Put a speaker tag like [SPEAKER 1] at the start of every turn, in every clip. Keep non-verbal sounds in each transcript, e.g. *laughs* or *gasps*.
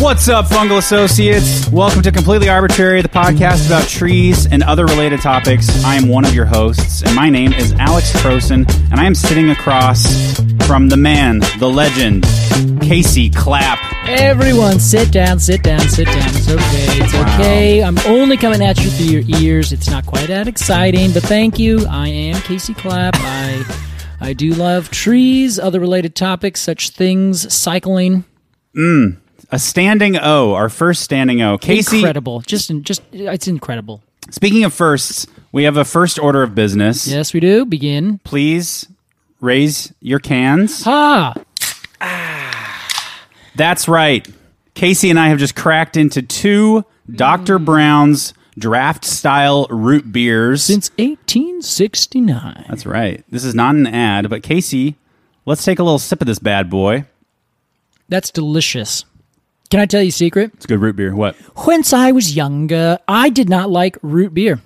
[SPEAKER 1] What's up, Fungal Associates? Welcome to Completely Arbitrary, the podcast about trees and other related topics. I am one of your hosts, and my name is Alex Croson, and I am sitting across from the man, the legend, Casey Clapp.
[SPEAKER 2] Everyone, sit down, sit down, sit down. It's okay, it's okay. I'm only coming at you through your ears. It's not quite that exciting, but thank you. I am Casey Clapp. I I do love trees, other related topics, such things, cycling.
[SPEAKER 1] A standing O, our first standing O. Casey,
[SPEAKER 2] Incredible. Just, in- just, it's incredible.
[SPEAKER 1] speaking of firsts, we have a first order of business.
[SPEAKER 2] Yes, we do. Begin.
[SPEAKER 1] Please raise your cans.
[SPEAKER 2] Ah,
[SPEAKER 1] That's right. Casey and I have just cracked into two Dr. Brown's draft style root beers.
[SPEAKER 2] since 1869.
[SPEAKER 1] That's right. This is not an ad, but Casey, let's take a little sip of this bad boy.
[SPEAKER 2] That's delicious. Can I tell you a secret?
[SPEAKER 1] It's good root beer. What?
[SPEAKER 2] Whence I was younger, I did not like root beer.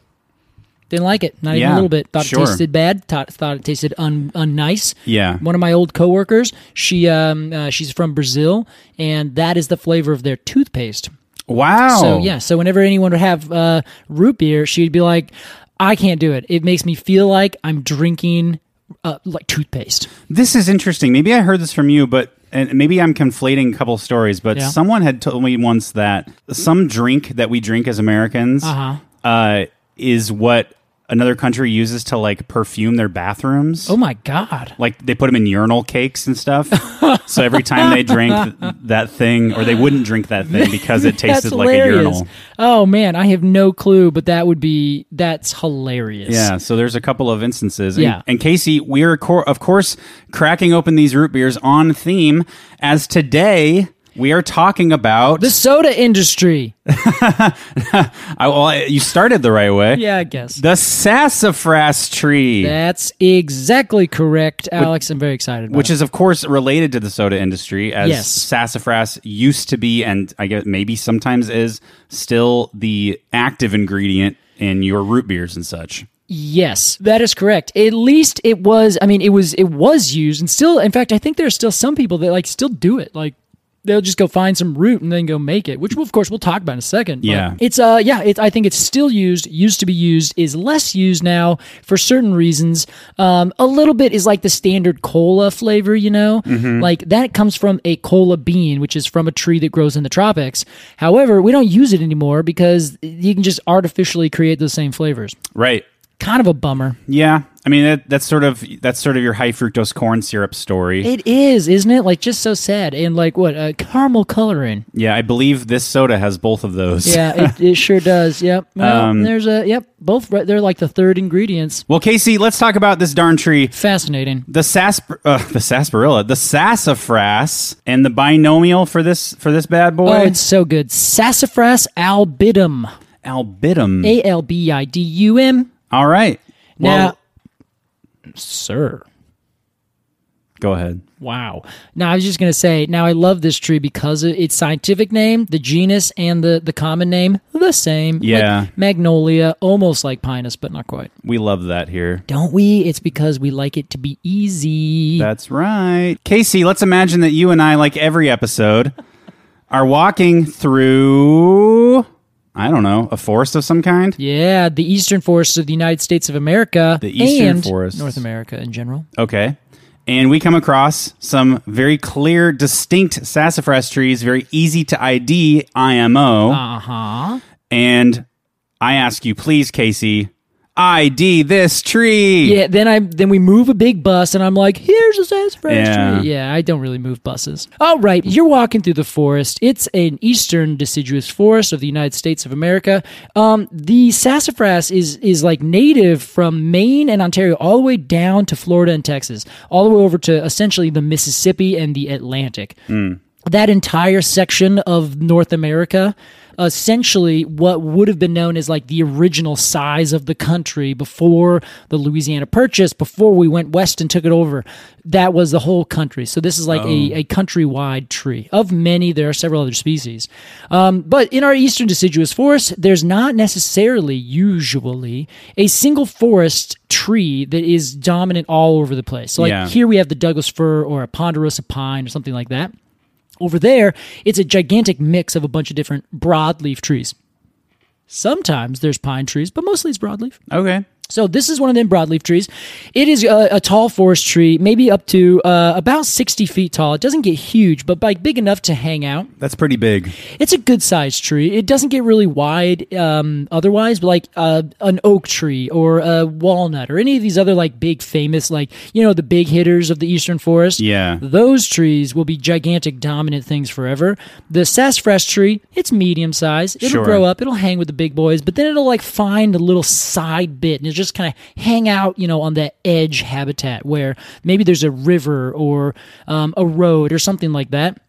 [SPEAKER 2] Didn't like it, not even
[SPEAKER 1] Yeah,
[SPEAKER 2] a little bit. Thought
[SPEAKER 1] sure.
[SPEAKER 2] it tasted bad. Thought, thought it tasted un unnice.
[SPEAKER 1] Yeah.
[SPEAKER 2] One of my old coworkers, she um uh, she's from Brazil, and that is the flavor of their toothpaste.
[SPEAKER 1] Wow.
[SPEAKER 2] So yeah, so whenever anyone would have uh, root beer, she'd be like, "I can't do it. It makes me feel like I'm drinking uh, like toothpaste."
[SPEAKER 1] This is interesting. Maybe I heard this from you, but and maybe I'm conflating a couple stories, but
[SPEAKER 2] Yeah.
[SPEAKER 1] someone had told me once that some drink that we drink as Americans
[SPEAKER 2] Uh-huh.
[SPEAKER 1] uh is what another country uses to like perfume their bathrooms.
[SPEAKER 2] Oh my god!
[SPEAKER 1] like they put them in urinal cakes and
[SPEAKER 2] *laughs*
[SPEAKER 1] stuff. so every time they drank th- that thing, or they wouldn't drink that thing because it tasted like a urinal.
[SPEAKER 2] Oh man, I have no clue, but that would be that's hilarious.
[SPEAKER 1] Yeah, so there's a couple of instances. And-
[SPEAKER 2] Yeah.
[SPEAKER 1] And, Casey, we are, cor- of course, cracking open these root beers on theme as today we are talking about.
[SPEAKER 2] The soda industry.
[SPEAKER 1] I, well, I- you started the right way.
[SPEAKER 2] Yeah, I guess.
[SPEAKER 1] The sassafras tree.
[SPEAKER 2] That's exactly correct, Alex. I'm very excited. About
[SPEAKER 1] which is of course related to the soda industry as
[SPEAKER 2] Yes.
[SPEAKER 1] sassafras used to be and i guess maybe sometimes is still the active ingredient in your root beers and such
[SPEAKER 2] yes, that is correct. At least it was. I mean, it was it was used, and still, in fact, I think there's still some people that like still do it. Like they'll just go find some root and then go make it, which we'll, of course we'll talk about in a second. but
[SPEAKER 1] Yeah.
[SPEAKER 2] it's uh yeah. It, I think it's still used. Used to be used is less used now for certain reasons. Um, a little bit is like the standard cola flavor, you know, like that comes from a cola bean, which is from a tree that grows in the tropics. However, we don't use it anymore because you can just artificially create those same flavors.
[SPEAKER 1] right
[SPEAKER 2] Kind of a bummer.
[SPEAKER 1] yeah i mean that, that's sort of that's sort of your high fructose corn syrup story
[SPEAKER 2] It is, isn't it? Like just so sad and like what uh,
[SPEAKER 1] *laughs*
[SPEAKER 2] caramel coloring.
[SPEAKER 1] yeah i believe this soda has both of those
[SPEAKER 2] Yeah, it, it sure does. Yep. Well,
[SPEAKER 1] Um,
[SPEAKER 2] there's a yep. Both right. They're like the third ingredients.
[SPEAKER 1] well casey let's talk about this darn tree
[SPEAKER 2] Fascinating.
[SPEAKER 1] the saspar- uh, the sarsaparilla the sassafras and the binomial for this for this bad boy Hmm.
[SPEAKER 2] Oh, it's so good. Sassafras albidum.
[SPEAKER 1] albidum
[SPEAKER 2] A L B I D U M.
[SPEAKER 1] all right
[SPEAKER 2] Now,
[SPEAKER 1] well
[SPEAKER 2] sir.
[SPEAKER 1] go ahead
[SPEAKER 2] Wow. Now I was just gonna say. Now I love this tree because of its scientific name, the genus, and the the common name, the same. Like
[SPEAKER 1] Yeah.
[SPEAKER 2] magnolia, almost like pinus, but not quite.
[SPEAKER 1] We love that here.
[SPEAKER 2] Don't we? It's because we like it to be easy.
[SPEAKER 1] That's right. Casey, let's imagine that you and I, like every episode, are walking through, I don't know, a forest of some kind.
[SPEAKER 2] Yeah, the eastern forests of the United States of America.
[SPEAKER 1] The eastern
[SPEAKER 2] and
[SPEAKER 1] forests.
[SPEAKER 2] North America in general.
[SPEAKER 1] Okay. And we come across some very clear, distinct sassafras trees, very easy to ID IMO.
[SPEAKER 2] Uh huh.
[SPEAKER 1] And I ask you, please, Casey, ID this tree.
[SPEAKER 2] Yeah, then I then we move a big bus, and I'm like, "Here's a sassafras
[SPEAKER 1] Yeah.
[SPEAKER 2] tree." Yeah, I don't really move buses. All right, you're walking through the forest. It's an eastern deciduous forest of the United States of America. Um, the sassafras is is like native from Maine and Ontario all the way down to Florida and Texas, all the way over to essentially the Mississippi and the Atlantic that entire section of North America, essentially what would have been known as like the original size of the country before the Louisiana Purchase, before we went west and took it over, that was the whole country. So this is like a, a countrywide tree. Of many, there are several other species. Um, but in our eastern deciduous forest, there's not necessarily, usually, a single forest tree that is dominant all over the place. So like
[SPEAKER 1] Yeah.
[SPEAKER 2] here we have the Douglas fir or a ponderosa pine or something like that. Over there, it's a gigantic mix of a bunch of different broadleaf trees. Sometimes there's pine trees, but mostly it's broadleaf.
[SPEAKER 1] Okay.
[SPEAKER 2] So this is one of them broadleaf trees. It is uh, a, a tall forest tree, maybe up to uh, about 60 feet tall. It doesn't get huge, but like big enough to hang out
[SPEAKER 1] That's pretty big.
[SPEAKER 2] it's a good sized tree. It doesn't get really wide um, otherwise, but like uh, an oak tree or a walnut or any of these other like big famous like you know the big hitters of the eastern forest.
[SPEAKER 1] Yeah.
[SPEAKER 2] those trees will be gigantic dominant things forever. The sassafras tree, it's medium size. It'll
[SPEAKER 1] Sure.
[SPEAKER 2] grow up. It'll hang with the big boys, but then it'll like find a little side bit and it'll just kind of hang out, you know, on that edge habitat where maybe there's a river or um, a road or something like that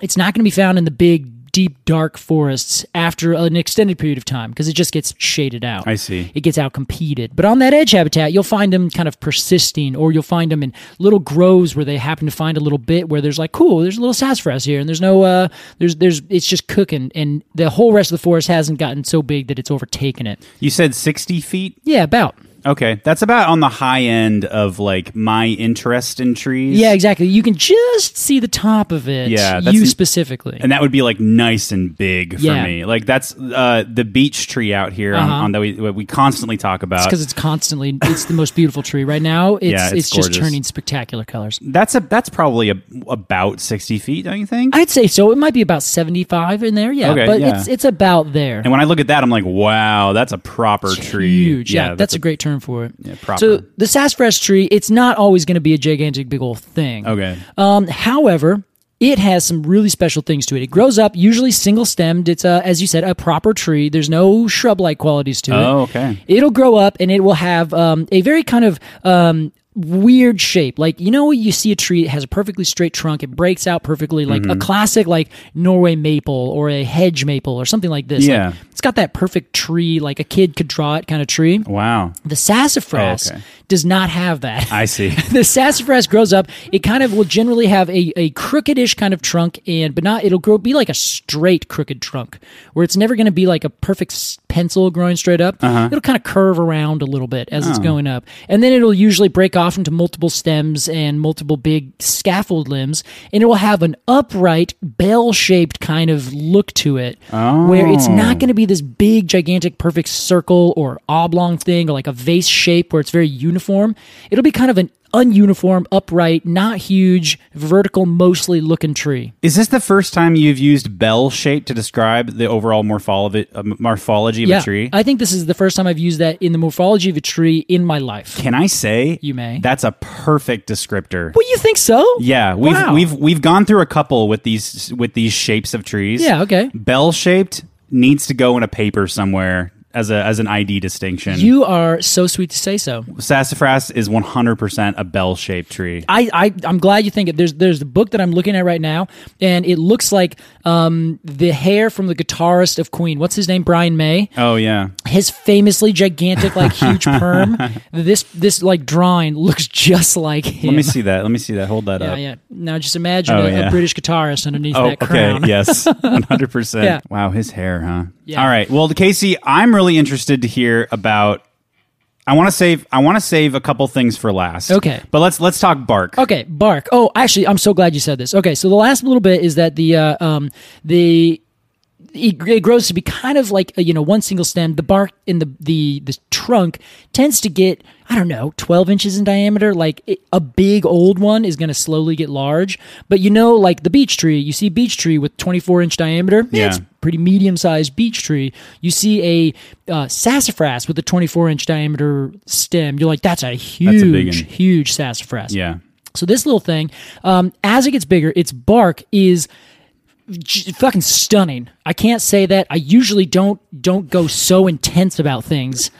[SPEAKER 2] it's not going to be found in the big deep dark forests after an extended period of time because it just gets shaded out
[SPEAKER 1] I see.
[SPEAKER 2] it gets out competed but on that edge habitat you'll find them kind of persisting or you'll find them in little groves where they happen to find a little bit where there's like cool there's a little sassafras here and there's no uh there's there's it's just cooking and the whole rest of the forest hasn't gotten so big that it's overtaken it
[SPEAKER 1] You said 60 feet?
[SPEAKER 2] yeah about
[SPEAKER 1] Okay. That's about on the high end of like my interest in trees.
[SPEAKER 2] yeah exactly you can just see the top of it
[SPEAKER 1] Yeah, that's
[SPEAKER 2] you
[SPEAKER 1] n-
[SPEAKER 2] specifically
[SPEAKER 1] and that would be like nice and big for
[SPEAKER 2] Yeah.
[SPEAKER 1] me. Like that's uh, the beech tree out here on, on that we what we constantly talk about.
[SPEAKER 2] because it's constantly it's the most beautiful tree right now it's
[SPEAKER 1] Uh, Yeah, it's
[SPEAKER 2] it's, just
[SPEAKER 1] gorgeous.
[SPEAKER 2] turning spectacular colors
[SPEAKER 1] that's a that's probably a, about sixty feet, don't you think?
[SPEAKER 2] i'd say so it might be about 75 in there yeah
[SPEAKER 1] Okay,
[SPEAKER 2] but
[SPEAKER 1] yeah.
[SPEAKER 2] it's it's about there
[SPEAKER 1] and when I look at that, I'm like, wow, that's a proper tree.
[SPEAKER 2] huge yeah, that's, a, great term for it
[SPEAKER 1] proper.
[SPEAKER 2] so the sassafras tree it's not always going to be a gigantic big old thing
[SPEAKER 1] okay.
[SPEAKER 2] Um, however, it has some really special things to it. It grows up usually single stemmed. It's a, as you said, a proper tree. There's no shrub like qualities to it.
[SPEAKER 1] Oh, okay.
[SPEAKER 2] It'll grow up and it will have um, a very kind of um, weird shape. Like you know, you see a tree it has a perfectly straight trunk. It breaks out perfectly, like
[SPEAKER 1] Mm-hmm.
[SPEAKER 2] a classic like Norway maple or a hedge maple or something like this. Like,
[SPEAKER 1] Yeah.
[SPEAKER 2] it's got that perfect tree, like a kid could draw it kind of tree.
[SPEAKER 1] Wow.
[SPEAKER 2] The sassafras
[SPEAKER 1] Oh, okay.
[SPEAKER 2] does not have that
[SPEAKER 1] I
[SPEAKER 2] *laughs*
[SPEAKER 1] see.
[SPEAKER 2] the sassafras grows up. It kind of will generally have a, a crookedish kind of trunk, and but not it'll grow be like a straight crooked trunk where it's never going to be like a perfect s- pencil growing straight up. It'll kind of curve around a little bit as it's going up, and then it'll usually break off into multiple stems and multiple big scaffold limbs, and it will have an upright bell shaped kind of look to it where it's not going to be this big, gigantic, perfect circle or oblong thing or like a vase shape where it's very uniform. It'll be kind of an ununiform, upright, not huge, vertical, mostly looking tree.
[SPEAKER 1] Is this the first time you've used bell shape to describe the overall morphology, uh, morphology of
[SPEAKER 2] yeah,
[SPEAKER 1] a tree?
[SPEAKER 2] I think this is the first time I've used that in the morphology of a tree in my life.
[SPEAKER 1] Can I say
[SPEAKER 2] You may.
[SPEAKER 1] That's a perfect descriptor.
[SPEAKER 2] Well, you think so?
[SPEAKER 1] yeah, we've
[SPEAKER 2] Wow.
[SPEAKER 1] we've we've gone through a couple with these with these shapes of trees.
[SPEAKER 2] Yeah, okay.
[SPEAKER 1] Bell shaped needs to go in a paper somewhere as a as an ID distinction.
[SPEAKER 2] You are so sweet to say so.
[SPEAKER 1] Sassafras is 100% a bell shaped tree.
[SPEAKER 2] I, I I'm glad you think it. There's there's the book that I'm looking at right now, and it looks like um, the hair from the guitarist of Queen. What's his name? Brian May.
[SPEAKER 1] Oh yeah.
[SPEAKER 2] his famously gigantic
[SPEAKER 1] *laughs*
[SPEAKER 2] like huge perm this this like drawing looks just like him
[SPEAKER 1] Let me see that. Let me see that. Hold that
[SPEAKER 2] yeah
[SPEAKER 1] up.
[SPEAKER 2] yeah now just imagine
[SPEAKER 1] Oh,
[SPEAKER 2] a, a
[SPEAKER 1] yeah.
[SPEAKER 2] british guitarist underneath
[SPEAKER 1] Oh,
[SPEAKER 2] that crown
[SPEAKER 1] okay.
[SPEAKER 2] *laughs*
[SPEAKER 1] Yes, one hundred
[SPEAKER 2] Yeah.
[SPEAKER 1] percent. Wow, his hair, huh?
[SPEAKER 2] Yeah.
[SPEAKER 1] All right. Well, Casey, I'm really interested to hear about. I want to save. I want to save a couple things for last.
[SPEAKER 2] Okay.
[SPEAKER 1] But let's let's talk bark.
[SPEAKER 2] Okay, bark. Oh, actually, I'm so glad you said this. Okay, so the last little bit is that the uh, um, the it, it grows to be kind of like a, you know one single stem. The bark in the the the trunk tends to get I don't know 12 inches in diameter. Like it, a big old one is going to slowly get large. But you know, like the beech tree, you see beech tree with 24 inch diameter.
[SPEAKER 1] Yeah.
[SPEAKER 2] It's pretty medium sized beech tree, you see a uh, sassafras with a 24 inch diameter stem. You're like, that's
[SPEAKER 1] a
[SPEAKER 2] a
[SPEAKER 1] big
[SPEAKER 2] huge,
[SPEAKER 1] one.
[SPEAKER 2] huge sassafras.
[SPEAKER 1] Yeah. *laughs*
[SPEAKER 2] So this little thing, um, as it gets bigger, its bark is j- fucking stunning. I can't say that. I usually don't don't go so intense about things.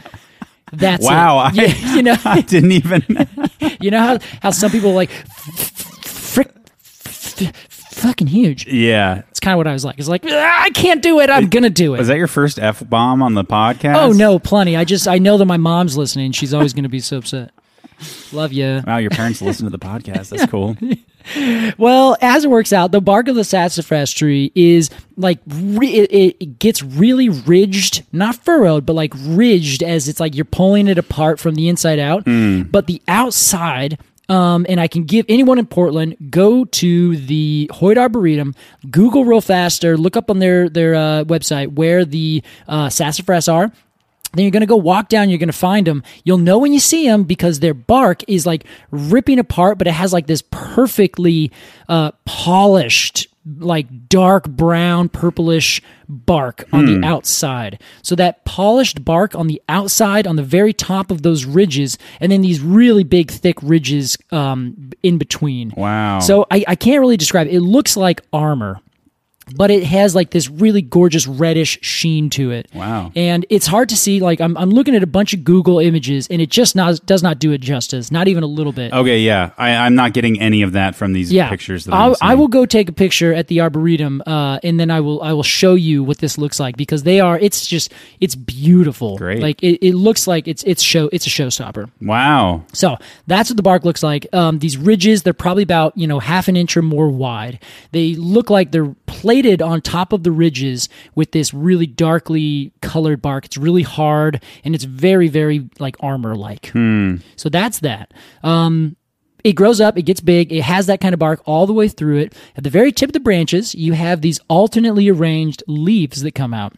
[SPEAKER 2] That's it.
[SPEAKER 1] Wow, I-
[SPEAKER 2] You, *laughs* you know,
[SPEAKER 1] I didn't even.
[SPEAKER 2] you know how how some people are like frick, f- f- fucking huge.
[SPEAKER 1] Yeah.
[SPEAKER 2] It's kind of what I was like. It's like "Ah, I can't do it. I'm gonna do
[SPEAKER 1] Was
[SPEAKER 2] it.
[SPEAKER 1] that your first F bomb on the podcast?
[SPEAKER 2] Oh no, plenty. I just I know that my mom's listening. She's always gonna be so upset. Love you.
[SPEAKER 1] Wow, your parents listen to the podcast.
[SPEAKER 2] *laughs*
[SPEAKER 1] That's cool.
[SPEAKER 2] Well, as it works out, the bark of the sassafras tree is like re- it, it- it gets really ridged, not furrowed, but like ridged as it's like you're pulling it apart from the inside out. But the outside, um, and I can give anyone in Portland go to the Hoyt Arboretum, Google real fast or look up on their their uh, website where the uh, sassafras are then you're going to go walk down you're going to find them you'll know when you see them because their bark is like ripping apart but it has like this perfectly uh, polished like dark brown purplish bark on
[SPEAKER 1] Hmm.
[SPEAKER 2] the outside so that polished bark on the outside on the very top of those ridges and then these really big thick ridges um, in between
[SPEAKER 1] Wow.
[SPEAKER 2] so I, I can't really describe it. it looks like armor but it has like this really gorgeous reddish sheen to it.
[SPEAKER 1] Wow.
[SPEAKER 2] And it's hard to see. Like I'm, I'm looking at a bunch of Google images, and it just not does not do it justice. Not even a little bit.
[SPEAKER 1] Okay, yeah. I, I'm not getting any of that from these
[SPEAKER 2] yeah.
[SPEAKER 1] Oh, pictures. That
[SPEAKER 2] I'll,
[SPEAKER 1] I'm
[SPEAKER 2] I
[SPEAKER 1] seeing.
[SPEAKER 2] will go take a picture at the arboretum, uh, and then I will I will show you what this looks like because they are. It's just it's beautiful.
[SPEAKER 1] Great.
[SPEAKER 2] Like it, it looks like it's it's show it's a showstopper.
[SPEAKER 1] Wow.
[SPEAKER 2] So that's what the bark looks like. Um, these ridges, they're probably about you know half an inch or more wide. They look like they're plated on top of the ridges with this really darkly colored bark. It's really hard and it's very very like armor like. So that's that. Um, it grows up, it gets big, it has that kind of bark all the way through it. At the very tip of the branches, you have these alternately arranged leaves that come out.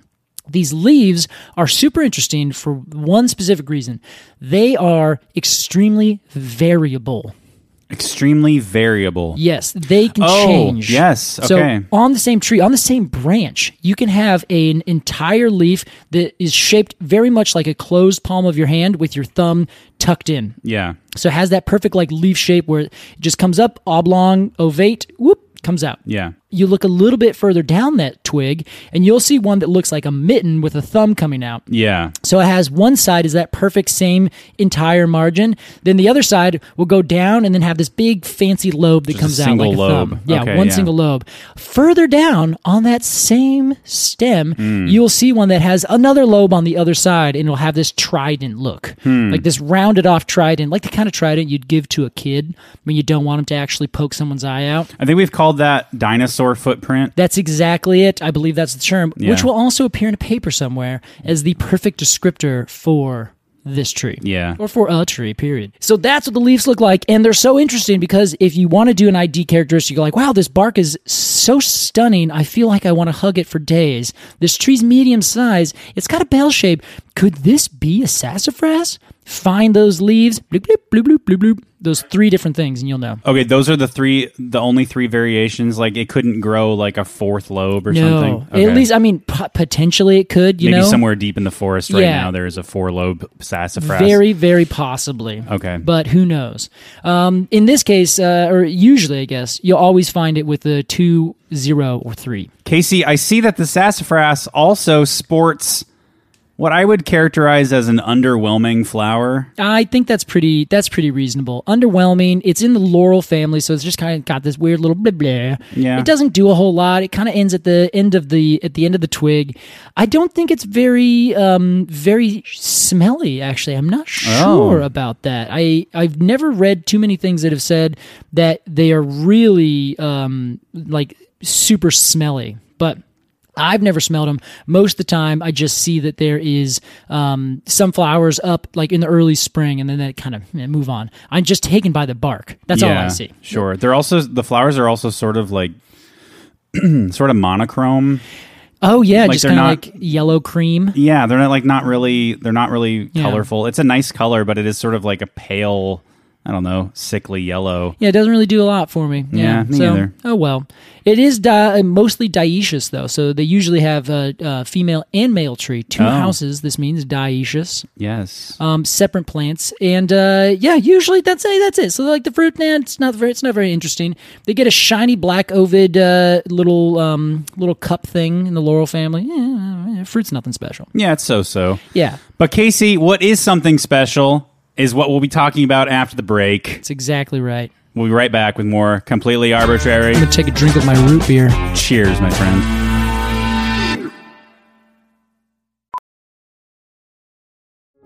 [SPEAKER 2] These leaves are super interesting for one specific reason they are extremely variable.
[SPEAKER 1] Extremely variable.
[SPEAKER 2] Yes, they can
[SPEAKER 1] Oh,
[SPEAKER 2] change.
[SPEAKER 1] yes, okay.
[SPEAKER 2] So on the same tree, on the same branch, you can have an entire leaf that is shaped very much like a closed palm of your hand with your thumb tucked in.
[SPEAKER 1] Yeah.
[SPEAKER 2] So it has that perfect like leaf shape where it just comes up oblong, ovate, whoop, comes out.
[SPEAKER 1] Yeah.
[SPEAKER 2] You look a little bit further down that twig and you'll see one that looks like a mitten with a thumb coming out.
[SPEAKER 1] Yeah.
[SPEAKER 2] So it has one side is that perfect same entire margin. Then the other side will go down and then have this big fancy lobe that
[SPEAKER 1] Just a
[SPEAKER 2] comes out
[SPEAKER 1] single
[SPEAKER 2] like a
[SPEAKER 1] lobe.
[SPEAKER 2] thumb. Yeah,
[SPEAKER 1] Okay,
[SPEAKER 2] one
[SPEAKER 1] yeah.
[SPEAKER 2] single lobe. Further down on that same stem,
[SPEAKER 1] Hmm.
[SPEAKER 2] you'll see one that has another lobe on the other side and it'll have this trident look.
[SPEAKER 1] Hmm.
[SPEAKER 2] Like this rounded off trident, like the kind of trident you'd give to a kid when you don't want him to actually poke someone's eye out.
[SPEAKER 1] I think we've called that dinosaur footprint.
[SPEAKER 2] That's exactly it. I believe that's the term,
[SPEAKER 1] Yeah.
[SPEAKER 2] which will also appear in a paper somewhere as the perfect descriptor for this tree.
[SPEAKER 1] Yeah.
[SPEAKER 2] Or for a tree, period. So that's what the leaves look like. And they're so interesting because if you want to do an ID characteristic, you're like, wow, this bark is so stunning. I feel like I want to hug it for days. This tree's medium size. It's got a bell shape. Could this be a sassafras? Find those leaves, bloop, bloop, bloop, bloop, bloop, bloop. Those three different things, and you'll know.
[SPEAKER 1] Okay, those are the three, the only three variations. Like it couldn't grow like a fourth lobe or
[SPEAKER 2] No,
[SPEAKER 1] something. Okay.
[SPEAKER 2] at least I mean po- potentially it could. You
[SPEAKER 1] maybe
[SPEAKER 2] know,
[SPEAKER 1] somewhere deep in the forest right
[SPEAKER 2] Yeah.
[SPEAKER 1] now there is a four lobe sassafras.
[SPEAKER 2] very, very possibly.
[SPEAKER 1] Okay.
[SPEAKER 2] but who knows? Um, in this case, uh, or usually, I guess you'll always find it with the two, zero, or three.
[SPEAKER 1] Casey, I see that the sassafras also sports what I would characterize as an underwhelming flower.
[SPEAKER 2] I think that's pretty. That's pretty reasonable. Underwhelming. It's in the laurel family, so it's just kind of got this weird little blah blah.
[SPEAKER 1] Yeah.
[SPEAKER 2] It doesn't do a whole lot. It kind of ends at the end of the at the end of the twig. I don't think it's very um very smelly. Actually, I'm not
[SPEAKER 1] Oh.
[SPEAKER 2] sure about that. I I've never read too many things that have said that they are really um like super smelly, but. I've never smelled them. Most of the time, I just see that there is um, some flowers up like in the early spring, and then they kind of eh, move on. I'm just taken by the bark. That's all I see.
[SPEAKER 1] Sure. They're also the flowers are also sort of like *clears throat* sort of monochrome.
[SPEAKER 2] Oh yeah,
[SPEAKER 1] Like,
[SPEAKER 2] just
[SPEAKER 1] they're
[SPEAKER 2] kind of
[SPEAKER 1] not-
[SPEAKER 2] like yellow cream.
[SPEAKER 1] Yeah, they're not like not really they're not really
[SPEAKER 2] Yeah.
[SPEAKER 1] colorful. It's a nice color, but it is sort of like a pale I don't know, sickly yellow.
[SPEAKER 2] Yeah, it doesn't really do a lot for me.
[SPEAKER 1] Yeah, me
[SPEAKER 2] so,
[SPEAKER 1] either.
[SPEAKER 2] Oh well, it is di- uh, mostly dioecious though, so they usually have a, uh female and male tree, two
[SPEAKER 1] Oh.
[SPEAKER 2] houses. This means dioecious,
[SPEAKER 1] Yes.
[SPEAKER 2] um, separate plants, and uh, yeah, usually that's it. That's it. So like the fruit, man, it's not very, it's not very interesting. They get a shiny black ovid uh, little um, little cup thing in the laurel family. Yeah, fruit's nothing special.
[SPEAKER 1] yeah, it's so so.
[SPEAKER 2] Yeah,
[SPEAKER 1] But Casey, what is something special is what we'll be talking about after the break.
[SPEAKER 2] that's exactly right.
[SPEAKER 1] We'll be right back with more completely arbitrary.
[SPEAKER 2] I'm gonna take a drink of my root beer.
[SPEAKER 1] Cheers, my friend.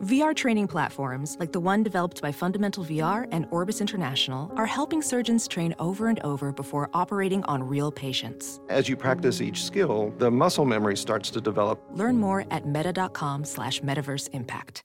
[SPEAKER 3] VR training platforms, like the one developed by Fundamental VR and Orbis International, are helping surgeons train over and over before operating on real patients.
[SPEAKER 4] As you practice each skill, the muscle memory starts to develop.
[SPEAKER 3] Learn more at meta.com slash metaverse impact.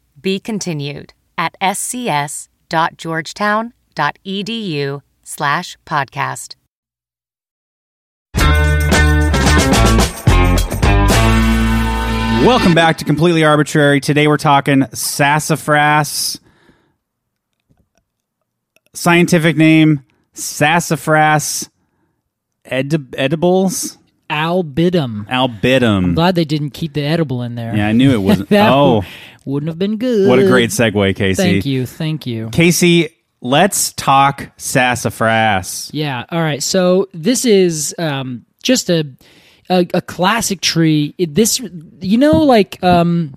[SPEAKER 5] Be continued at E scs.georgetown.edu slash podcast.
[SPEAKER 1] Welcome back to Completely Arbitrary. Today we're talking sassafras. Scientific name sassafras edi- edibles
[SPEAKER 2] Albidum.
[SPEAKER 1] albidum.
[SPEAKER 2] Glad they didn't keep the edible in there.
[SPEAKER 1] Mm. Yeah, I knew it wasn't.
[SPEAKER 2] *laughs* That
[SPEAKER 1] oh,
[SPEAKER 2] wouldn't have been good.
[SPEAKER 1] what a great segue, Casey.
[SPEAKER 2] Thank you, thank you.
[SPEAKER 1] Casey, let's talk sassafras.
[SPEAKER 2] Yeah. All right. So this is um, just a, a a classic tree. It, this, you know, like um,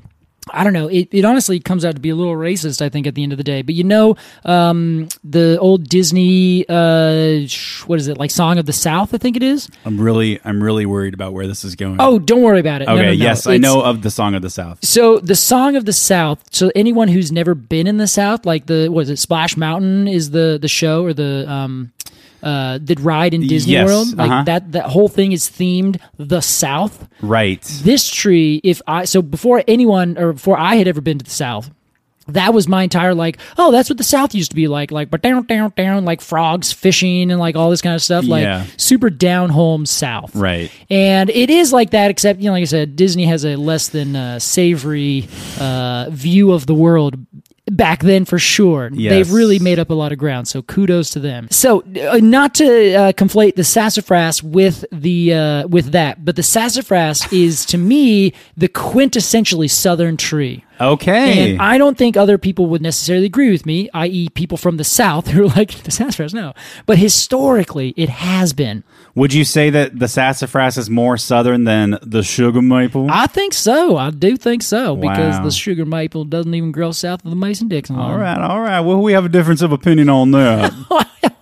[SPEAKER 2] I don't know. It, it honestly comes out to be a little racist. I think at the end of the day, but you know, um, the old Disney, uh, sh- what is it like? Song of the South, I think it is.
[SPEAKER 1] I'm really, I'm really worried about where this is going.
[SPEAKER 2] Oh, don't worry about it. No,
[SPEAKER 1] okay.
[SPEAKER 2] no, no.
[SPEAKER 1] Yes, I
[SPEAKER 2] It's-
[SPEAKER 1] know of the song of the South.
[SPEAKER 2] So the song of the South. So anyone who's never been in the South, like the what is it? Splash Mountain is the the show or the um uh the ride in Disney
[SPEAKER 1] Yes,
[SPEAKER 2] World. Like
[SPEAKER 1] uh-huh.
[SPEAKER 2] that that whole thing is themed the South.
[SPEAKER 1] Right.
[SPEAKER 2] This tree, if I so before anyone or before I had ever been to the South. That was my entire like, oh, that's what the South used to be like, like but down, down, down, like frogs fishing and like all this kind of stuff, like
[SPEAKER 1] Yeah.
[SPEAKER 2] super down home South,
[SPEAKER 1] Right.
[SPEAKER 2] and it is like that, except you know, like I said, Disney has a less than uh, savory uh, view of the world back then for sure.
[SPEAKER 1] Yes.
[SPEAKER 2] They've really made up a lot of ground, so kudos to them. So, uh, not to uh, conflate the sassafras with the uh, with that, but the sassafras is to me the quintessentially southern tree.
[SPEAKER 1] Okay.
[SPEAKER 2] And I don't think other people would necessarily agree with me, i.e., people from the South who are like, *laughs* the sassafras, no. But historically, it has been.
[SPEAKER 1] Would you say that the sassafras is more southern than the sugar maple?
[SPEAKER 2] I think so. I do think so because
[SPEAKER 1] Wow.
[SPEAKER 2] the sugar maple doesn't even grow south of the Mason Dixon line.
[SPEAKER 1] all right, all right. Well, we have a difference of opinion on
[SPEAKER 2] *laughs*
[SPEAKER 1] that.
[SPEAKER 2] Oh,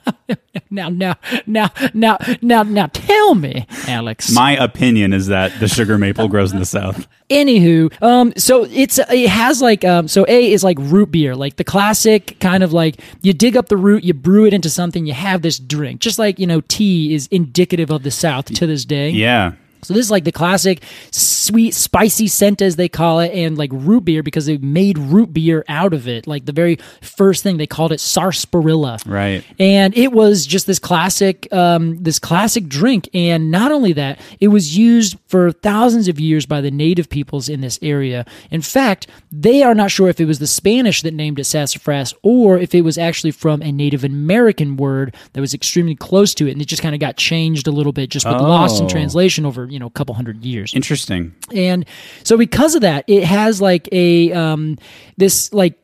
[SPEAKER 2] Now, now, now, now, now, now, tell me, Alex.
[SPEAKER 1] My opinion is that the sugar maple grows in the south.
[SPEAKER 2] Anywho, um, so it's it has like um, so A is like root beer, like the classic kind of like you dig up the root, you brew it into something, you have this drink, just like you know tea is indicative of the South to this day.
[SPEAKER 1] Yeah.
[SPEAKER 2] So this is like the classic sweet, spicy scent as they call it, and like root beer because they made root beer out of it. Like the very first thing they called it sarsaparilla,
[SPEAKER 1] Right.
[SPEAKER 2] and it was just this classic, um, this classic drink. And not only that, it was used for thousands of years by the native peoples in this area. In fact, they are not sure if it was the Spanish that named it sassafras or if it was actually from a Native American word that was extremely close to it, and it just kind of got changed a little bit, just with lost in
[SPEAKER 1] Oh.
[SPEAKER 2] translation over you know a couple hundred years.
[SPEAKER 1] Interesting.
[SPEAKER 2] And so because of that, it has like a um this like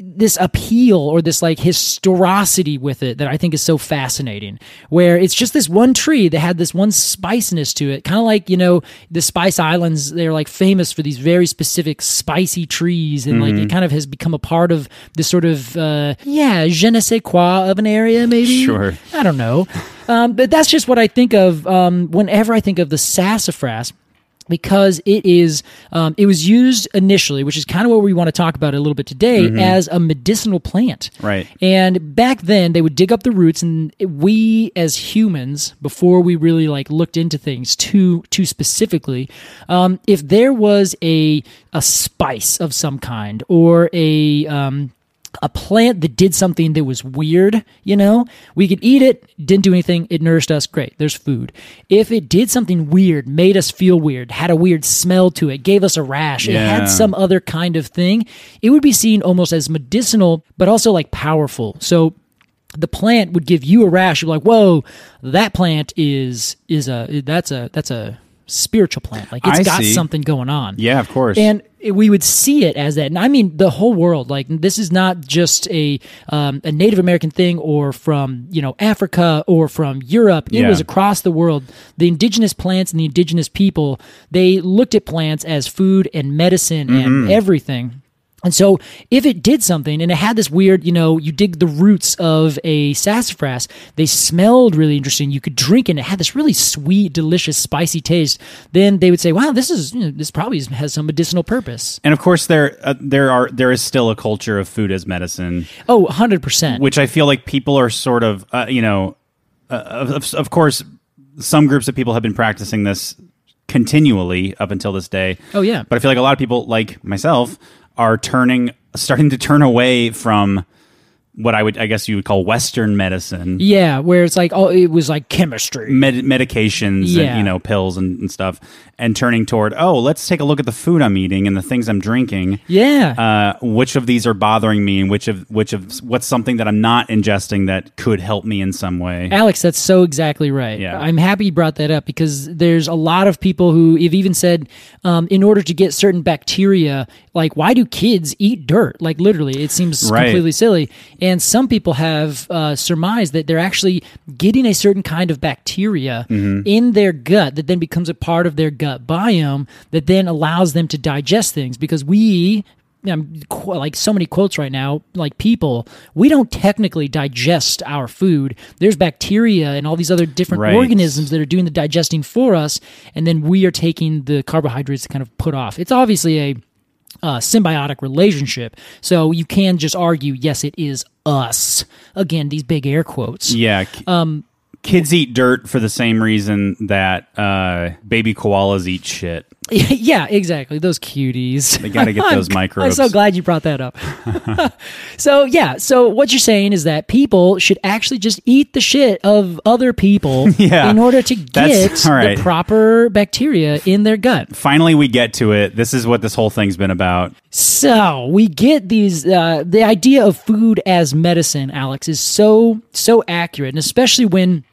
[SPEAKER 2] this appeal or this like historicity with it that I think is so fascinating. Where it's just this one tree that had this one spiciness to it, kind of like you know the Spice Islands. They're like famous for these very specific spicy trees, and like it kind of has become a part of this sort of uh, yeah je ne sais quoi of an area, maybe.
[SPEAKER 1] Sure.
[SPEAKER 2] I don't know, um, but that's just what I think of um, whenever I think of the sassafras. because it is um, it was used initially, which is kind of what we want to talk about a little bit today, as a medicinal plant.
[SPEAKER 1] Right.
[SPEAKER 2] And back then, they would dig up the roots, and we as humans, before we really like looked into things too too specifically, um, if there was a a spice of some kind or a um, a plant that did something that was weird, you know, we could eat it, didn't do anything, it nourished us, great, there's food. If it did something weird, made us feel weird, had a weird smell to it, gave us a rash, it
[SPEAKER 1] Yeah.
[SPEAKER 2] had some other kind of thing, it would be seen almost as medicinal, but also like powerful. So the plant would give you a rash. You're like, whoa, that plant is is a that's a that's a spiritual plant. Like it's
[SPEAKER 1] I
[SPEAKER 2] got
[SPEAKER 1] see.
[SPEAKER 2] something going on.
[SPEAKER 1] Yeah, of course.
[SPEAKER 2] And it- we would see it as that. And I mean, the whole world. Like, this is not just a um, a Native American thing, or from you know Africa, or from Europe. It
[SPEAKER 1] Yeah.
[SPEAKER 2] was across the world. The indigenous plants and the indigenous people they looked at plants as food and medicine
[SPEAKER 1] Mm-hmm.
[SPEAKER 2] and everything. And so, if it did something and it had this weird, you know, you dig the roots of a sassafras, they smelled really interesting. You could drink it and it had this really sweet, delicious, spicy taste. Then they would say, wow, this is, you know, this probably has some medicinal purpose.
[SPEAKER 1] And of course, there uh, there are there is still a culture of food as medicine,
[SPEAKER 2] Oh, 100%.
[SPEAKER 1] which I feel like people are sort of uh, you know, uh, of, of of course, some groups of people have been practicing this continually up until this day.
[SPEAKER 2] Oh, yeah.
[SPEAKER 1] but I feel like a lot of people, like myself, are turning starting to turn away from what I would I guess you would call Western medicine.
[SPEAKER 2] yeah, where it's like, oh, it was like chemistry.
[SPEAKER 1] Med- medications
[SPEAKER 2] Yeah.
[SPEAKER 1] and you know pills and, and stuff and turning toward oh let's take a look at the food i'm eating and the things i'm drinking
[SPEAKER 2] Yeah.
[SPEAKER 1] uh, which of these are bothering me and which of which of what's something that I'm not ingesting that could help me in some way.
[SPEAKER 2] Alex, that's so exactly right.
[SPEAKER 1] Yeah.
[SPEAKER 2] I'm happy you brought that up because there's a lot of people who have even said, um, in order to get certain bacteria, like, why do kids eat dirt? Like, literally, it seems
[SPEAKER 1] Right.
[SPEAKER 2] completely silly. And some people have uh, surmised that they're actually getting a certain kind of bacteria
[SPEAKER 1] Mm-hmm.
[SPEAKER 2] in their gut that then becomes a part of their gut biome that then allows them to digest things because we. I'm qu- like so many quotes right now. Like people, we don't technically digest our food. There's bacteria and all these other different
[SPEAKER 1] Right.
[SPEAKER 2] organisms that are doing the digesting for us, and then we are taking the carbohydrates to kind of put off. It's obviously a uh, symbiotic relationship. So you can just argue, yes, it is us. Again, these big air quotes.
[SPEAKER 1] Yeah. Um, kids eat dirt for the same reason that uh, baby koalas eat shit.
[SPEAKER 2] *laughs* yeah, exactly. Those cuties. They
[SPEAKER 1] gotta get those
[SPEAKER 2] *laughs* I'm
[SPEAKER 1] microbes.
[SPEAKER 2] so glad you brought that up. *laughs* so yeah, so what you're saying is that people should actually just eat the shit of other people
[SPEAKER 1] *laughs* Yeah.
[SPEAKER 2] in order to
[SPEAKER 1] That's- *laughs*
[SPEAKER 2] get
[SPEAKER 1] all right.
[SPEAKER 2] the proper bacteria in their gut.
[SPEAKER 1] Finally, we get to it. This is what this whole thing's been about.
[SPEAKER 2] So we get these. Uh, the idea of food as medicine, Alex, is so so accurate, and especially when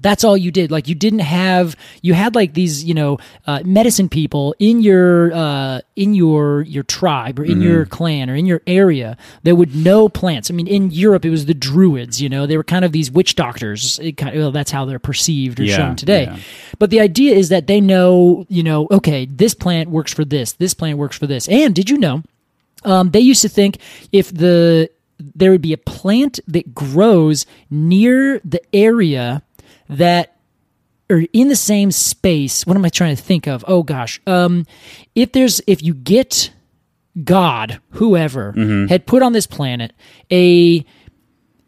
[SPEAKER 2] that's all you did. Like you didn't have you had like these you know uh, medicine people in your uh, in your your tribe
[SPEAKER 1] Mm-hmm.
[SPEAKER 2] or in your clan or in your area that would know plants. I mean, in Europe, it was the Druids. You know, they were kind of these witch doctors. It kind well, that's how they're perceived or
[SPEAKER 1] Yeah,
[SPEAKER 2] shown today.
[SPEAKER 1] yeah.
[SPEAKER 2] But the idea is that they know, you know, okay, this plant works for this, this plant works for this. And did you know um, they used to think if the there would be a plant that grows near the area that or in the same space what am i trying to think of oh gosh um if there's if you get god whoever had put on this planet a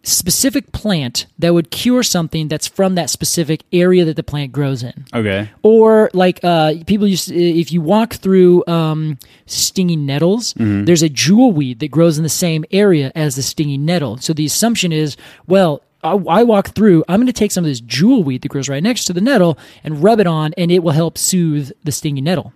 [SPEAKER 2] specific plant that would cure something that's from that specific area that the plant grows in
[SPEAKER 1] Okay.
[SPEAKER 2] or like uh, people used to, if you walk through um, stinging nettles there's a jewel weed that grows in the same area as the stinging nettle so the assumption is well i, I walk through i'm going to take some of this jewel weed that grows right next to the nettle and rub it on and it will help soothe the stinging nettle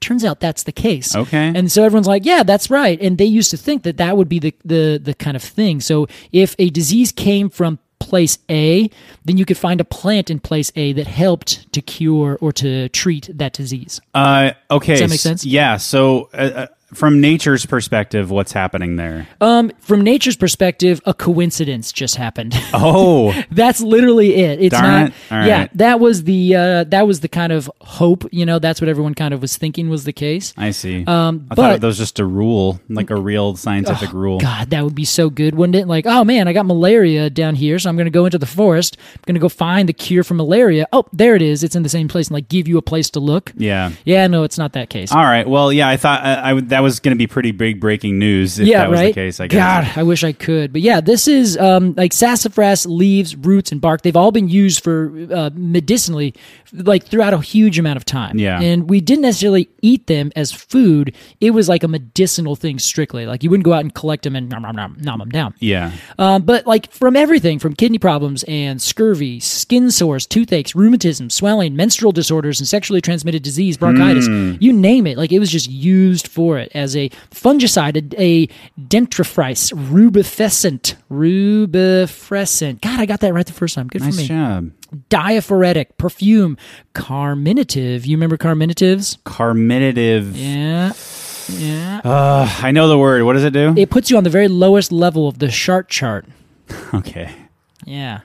[SPEAKER 2] turns out that's the case
[SPEAKER 1] Okay.
[SPEAKER 2] and so everyone's like yeah that's right and they used to think that that would be the the, the kind of thing so if a disease came from place a then you could find a plant in place a that helped to cure or to treat that disease
[SPEAKER 1] Uh, okay.
[SPEAKER 2] Does that make
[SPEAKER 1] s-
[SPEAKER 2] sense?
[SPEAKER 1] Yeah. So uh, uh, from nature's perspective, what's happening there?
[SPEAKER 2] Um, from nature's perspective, a coincidence just happened. *laughs*
[SPEAKER 1] Oh,
[SPEAKER 2] That's literally it. It's
[SPEAKER 1] Darn
[SPEAKER 2] not.
[SPEAKER 1] it. All
[SPEAKER 2] Yeah,
[SPEAKER 1] right.
[SPEAKER 2] that was the uh, that was the kind of hope. You know, that's what everyone kind of was thinking was the case.
[SPEAKER 1] I see.
[SPEAKER 2] Um,
[SPEAKER 1] I thought
[SPEAKER 2] but-
[SPEAKER 1] that was just a rule, like a real scientific rule.
[SPEAKER 2] God, that would be so good, wouldn't it? Like, oh man, I got malaria down here, so I'm going to go into the forest. I'm going to go find the cure for malaria. Oh, there it is. It's in the same place, and like give you a place to look.
[SPEAKER 1] Yeah.
[SPEAKER 2] Yeah, no, it's not that case.
[SPEAKER 1] All right. Well, yeah, I thought uh, I, I would- that was going to be pretty big breaking news if
[SPEAKER 2] yeah,
[SPEAKER 1] that was
[SPEAKER 2] right.
[SPEAKER 1] the case. I guess.
[SPEAKER 2] God, I wish I could, but yeah, this is um, like sassafras leaves, roots, and bark. They've all been used for uh, medicinally, like throughout a huge amount of time.
[SPEAKER 1] Yeah.
[SPEAKER 2] and we didn't necessarily eat them as food. It was like a medicinal thing strictly. Like you wouldn't go out and collect them and nom nom nom nom them down.
[SPEAKER 1] Yeah.
[SPEAKER 2] Um, but like from everything from kidney problems and scurvy, skin sores, toothaches, rheumatism, swelling, menstrual disorders, and sexually transmitted disease, bronchitis,
[SPEAKER 1] Hmm.
[SPEAKER 2] you name it. Like it was just used for it as a fungicide, a, a dentifrice, rubefescent, rubefrescent. God, I got that right the first time. Good for
[SPEAKER 1] Nice
[SPEAKER 2] me.
[SPEAKER 1] job.
[SPEAKER 2] Diaphoretic, perfume, carminative. You remember carminatives?
[SPEAKER 1] Carminative.
[SPEAKER 2] Yeah. Yeah.
[SPEAKER 1] Ugh, I know the word. What does it do?
[SPEAKER 2] it puts you on the very lowest level of the shark chart.
[SPEAKER 1] *laughs* okay.
[SPEAKER 2] Yeah.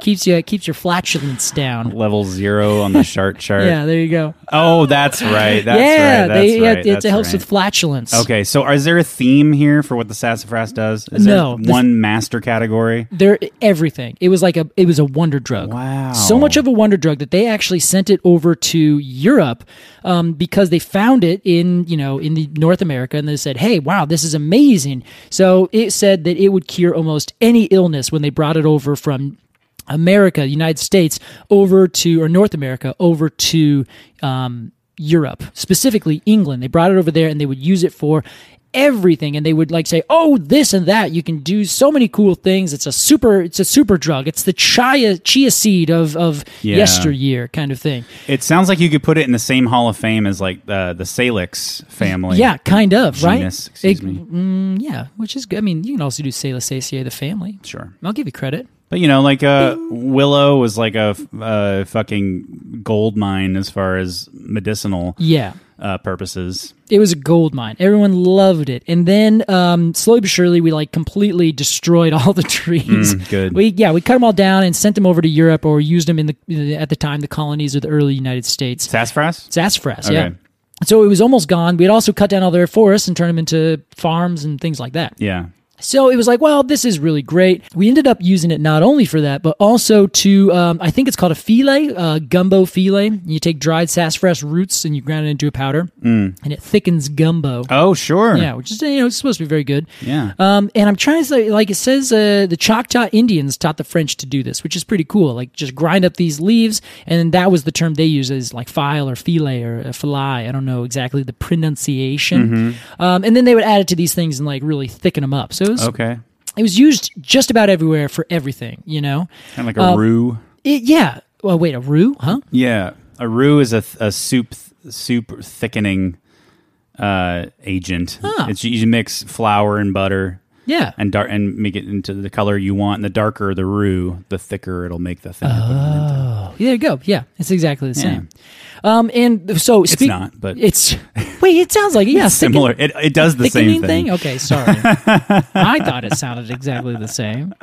[SPEAKER 2] Keeps you keeps your flatulence down.
[SPEAKER 1] Level zero on the
[SPEAKER 2] *laughs*
[SPEAKER 1] shark chart.
[SPEAKER 2] Yeah, there you go.
[SPEAKER 1] Oh, that's right. That's
[SPEAKER 2] yeah,
[SPEAKER 1] right. That's
[SPEAKER 2] they,
[SPEAKER 1] right.
[SPEAKER 2] yeah,
[SPEAKER 1] that's
[SPEAKER 2] it helps
[SPEAKER 1] right.
[SPEAKER 2] with flatulence.
[SPEAKER 1] Okay, so is there a theme here for what the sassafras does? Is there
[SPEAKER 2] No, the-
[SPEAKER 1] one master category?
[SPEAKER 2] They're everything. It was like a it was a wonder drug.
[SPEAKER 1] Wow.
[SPEAKER 2] So much of a wonder drug that they actually sent it over to Europe um, because they found it in, you know, in the North America and they said, "Hey, wow, this is amazing." So it said that it would cure almost any illness when they brought it over from America, United States, over to or North America over to um, Europe, specifically England. They brought it over there and they would use it for everything and they would like say oh this and that you can do so many cool things it's a super it's a super drug it's the chia chia seed of of
[SPEAKER 1] Yeah.
[SPEAKER 2] yesteryear kind of thing
[SPEAKER 1] It sounds like you could put it in the same Hall of Fame as like uh, the Salix family.
[SPEAKER 2] yeah kind of
[SPEAKER 1] genus,
[SPEAKER 2] right
[SPEAKER 1] excuse
[SPEAKER 2] It-
[SPEAKER 1] me.
[SPEAKER 2] mm, yeah which is good i mean you can also do Salicaceae the family
[SPEAKER 1] Sure.
[SPEAKER 2] i'll give you credit
[SPEAKER 1] But you know, like uh, Willow was like a f- uh, fucking gold mine as far as medicinal
[SPEAKER 2] yeah
[SPEAKER 1] uh, purposes.
[SPEAKER 2] it was a gold mine. Everyone loved it. And then um, slowly but surely, we like completely destroyed *laughs* all the trees.
[SPEAKER 1] Mm, good.
[SPEAKER 2] We yeah, we cut them all down and sent them over to Europe or used them in the at the time the colonies of the early United States.
[SPEAKER 1] Sassafras?
[SPEAKER 2] Sassafras,
[SPEAKER 1] Okay.
[SPEAKER 2] yeah. So it was almost gone. We had also cut down all their forests and turned them into farms and things like that.
[SPEAKER 1] Yeah.
[SPEAKER 2] So it was like, well, this is really great. We ended up using it not only for that, but also to, um, I think it's called a filet, uh, gumbo filet. You take dried sassafras roots and you grind it into a powder, and it thickens gumbo.
[SPEAKER 1] Mm. Oh, sure.
[SPEAKER 2] Yeah, which is you know it's supposed to be very good.
[SPEAKER 1] Yeah.
[SPEAKER 2] Um, and I'm trying to say, like it says, uh, the Choctaw Indians taught the French to do this, which is pretty cool. Like just grind up these leaves, and that was the term they use as like file or filet or uh, fillet. I don't know exactly the pronunciation.
[SPEAKER 1] Mm-hmm.
[SPEAKER 2] Um, and then they would add it to these things and like really thicken them up. So it was,
[SPEAKER 1] Okay.
[SPEAKER 2] it was used just about everywhere for everything. You know,
[SPEAKER 1] Kind of like a
[SPEAKER 2] uh,
[SPEAKER 1] roux.
[SPEAKER 2] it, yeah. Well, wait, a roux, huh?
[SPEAKER 1] Yeah. A roux is a, th- a soup th- soup thickening uh, agent. It's you mix flour and butter
[SPEAKER 2] Yeah.
[SPEAKER 1] and dar- and make it into the color you want. And the darker the roux, the thicker it'll make the thing.
[SPEAKER 2] Uh, There you go. Yeah, it's exactly the same. Um, and so it's
[SPEAKER 1] not, but-
[SPEAKER 2] it's wait. It sounds like it.
[SPEAKER 1] *laughs*
[SPEAKER 2] yeah, thicken-
[SPEAKER 1] Similar. It, it does the
[SPEAKER 2] thickening Oh.
[SPEAKER 1] same thing.
[SPEAKER 2] Okay,
[SPEAKER 1] *laughs*
[SPEAKER 2] sorry. I thought it sounded exactly the same.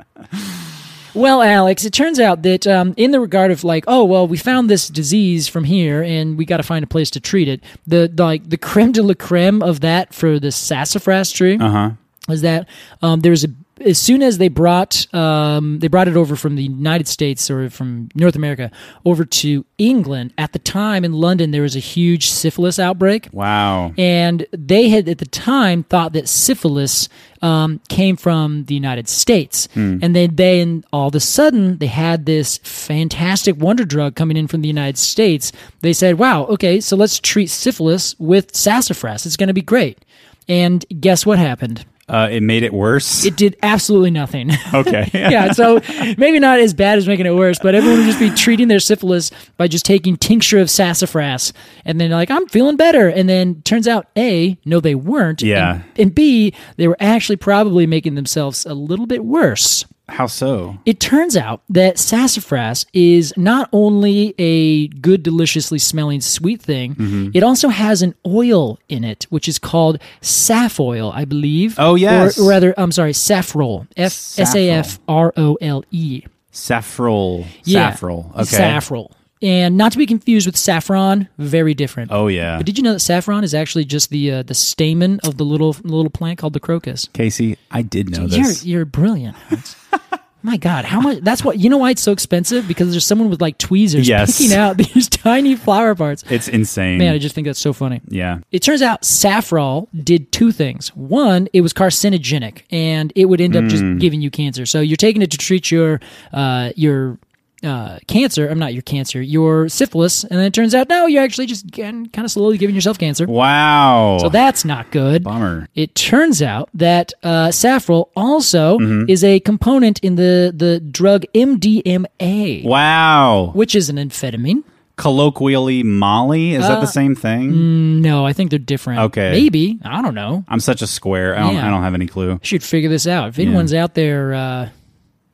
[SPEAKER 2] Well, Alex, it turns out that um, in the regard of like, oh well, we found this disease from here, and we got to find a place to treat it. The, the like the creme de la creme of that for the sassafras tree
[SPEAKER 1] Uh-huh.
[SPEAKER 2] was that um, there was a as soon as they brought um, they brought it over from the United States or from North America over to England. At the time in London, there was a huge syphilis outbreak.
[SPEAKER 1] Wow.
[SPEAKER 2] And they had at the time thought that syphilis um, came from the United States. And then, then all of a sudden, they had this fantastic wonder drug coming in from the United States. They said, wow, okay, so let's treat syphilis with sassafras. It's going to be great. And guess what happened?
[SPEAKER 1] Uh, it made it worse.
[SPEAKER 2] It did absolutely nothing.
[SPEAKER 1] okay.
[SPEAKER 2] *laughs* yeah, so maybe not as bad as making it worse, but everyone would just be treating their syphilis by just taking tincture of sassafras, and then like I'm feeling better, and then turns out a no they weren't,
[SPEAKER 1] Yeah.
[SPEAKER 2] and, and b they were actually probably making themselves a little bit worse.
[SPEAKER 1] *laughs* How so?
[SPEAKER 2] It turns out that sassafras is not only a good, deliciously smelling sweet thing,
[SPEAKER 1] Mm-hmm.
[SPEAKER 2] it also has an oil in it, which is called saffloil, I believe.
[SPEAKER 1] Oh, yes.
[SPEAKER 2] Or rather, I'm sorry, saffrol. F S A F R O L E.
[SPEAKER 1] Saffrol.
[SPEAKER 2] Yeah.
[SPEAKER 1] Saffrol. Okay.
[SPEAKER 2] Saffrol. And not to be confused with saffron, very different.
[SPEAKER 1] Oh, yeah.
[SPEAKER 2] But did you know that saffron is actually just the uh, the stamen of the little little plant called the crocus?
[SPEAKER 1] Casey, I did know
[SPEAKER 2] You're
[SPEAKER 1] this.
[SPEAKER 2] you're brilliant. Hans. *laughs* My God, how much? That's what you know. Why it's so expensive? Because there's someone with like tweezers
[SPEAKER 1] Yes.
[SPEAKER 2] picking out *laughs* these tiny flower parts.
[SPEAKER 1] It's insane.
[SPEAKER 2] Man, I just think that's so funny.
[SPEAKER 1] yeah.
[SPEAKER 2] It turns out saffron did two things. One, it was carcinogenic, and it would end up
[SPEAKER 1] Mm.
[SPEAKER 2] just giving you cancer. So you're taking it to treat your uh, your uh, cancer. I'm not your cancer, your syphilis, and then it turns out no, you're actually just getting, kind of slowly giving yourself cancer.
[SPEAKER 1] Wow.
[SPEAKER 2] So that's not good.
[SPEAKER 1] Bummer.
[SPEAKER 2] It turns out that uh, saffron also
[SPEAKER 1] Mm-hmm.
[SPEAKER 2] is a component in the, the drug MDMA,
[SPEAKER 1] Wow.
[SPEAKER 2] which is an amphetamine.
[SPEAKER 1] Colloquially, Molly? Is that
[SPEAKER 2] Uh,
[SPEAKER 1] the same thing?
[SPEAKER 2] mm. No, I think they're different.
[SPEAKER 1] Okay.
[SPEAKER 2] Maybe. I don't know.
[SPEAKER 1] I'm such a square. I don't,
[SPEAKER 2] Yeah.
[SPEAKER 1] I don't have any clue.
[SPEAKER 2] Should figure this out. If anyone's out there, uh,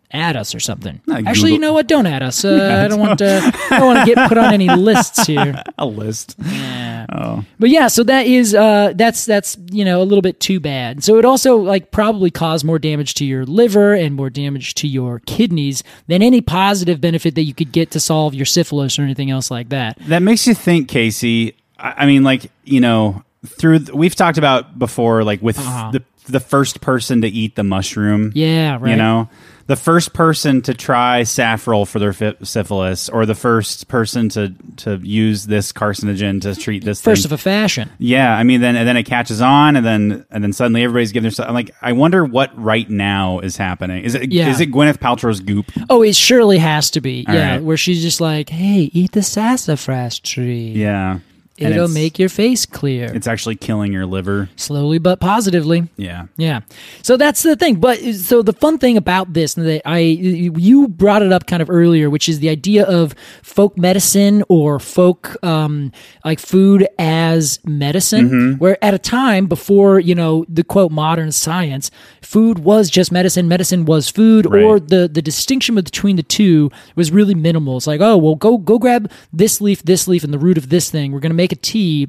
[SPEAKER 2] add us or something.
[SPEAKER 1] No,
[SPEAKER 2] Actually,
[SPEAKER 1] Google-
[SPEAKER 2] you know what? Don't
[SPEAKER 1] *laughs*
[SPEAKER 2] add us. Uh, I don't want to. I don't want to get put on any lists here.
[SPEAKER 1] A list.
[SPEAKER 2] But yeah, so that is uh, that's that's you know a little bit too bad. So it also like probably caused more damage to your liver and more damage to your kidneys than any positive benefit that you could get to solve your syphilis or anything else like that.
[SPEAKER 1] That makes you think, Casey. I, I mean, like you know, through th- we've talked about before, like with the the first person to eat the mushroom.
[SPEAKER 2] Uh-huh. Yeah, right.
[SPEAKER 1] You know, the first person to try saffron for their fi- syphilis, or the first person to to use this carcinogen to treat this.
[SPEAKER 2] First
[SPEAKER 1] thing.
[SPEAKER 2] of a fashion.
[SPEAKER 1] yeah, I mean, then and then it catches on, and then and then suddenly everybody's giving their. I'm like, I wonder what right now is happening. Is it
[SPEAKER 2] Yeah.
[SPEAKER 1] is it Gwyneth Paltrow's goop?
[SPEAKER 2] Oh, it surely has to be. yeah,
[SPEAKER 1] right.
[SPEAKER 2] where she's just like, "Hey, eat the sassafras tree.
[SPEAKER 1] Yeah, And
[SPEAKER 2] It'll
[SPEAKER 1] it's-
[SPEAKER 2] make your face clear."
[SPEAKER 1] it's actually killing your liver.
[SPEAKER 2] Slowly but positively.
[SPEAKER 1] Yeah.
[SPEAKER 2] Yeah. So that's the thing. But uh, so the fun thing about this that I you brought it up kind of earlier, which is the idea of folk medicine or folk um, like food as medicine, where at a time before you know the quote modern science, food was just medicine, medicine was food, or
[SPEAKER 1] Right.
[SPEAKER 2] the the distinction between the two was really minimal. It's like oh well go go grab this leaf, this leaf, and the root of this thing. We're gonna make a tea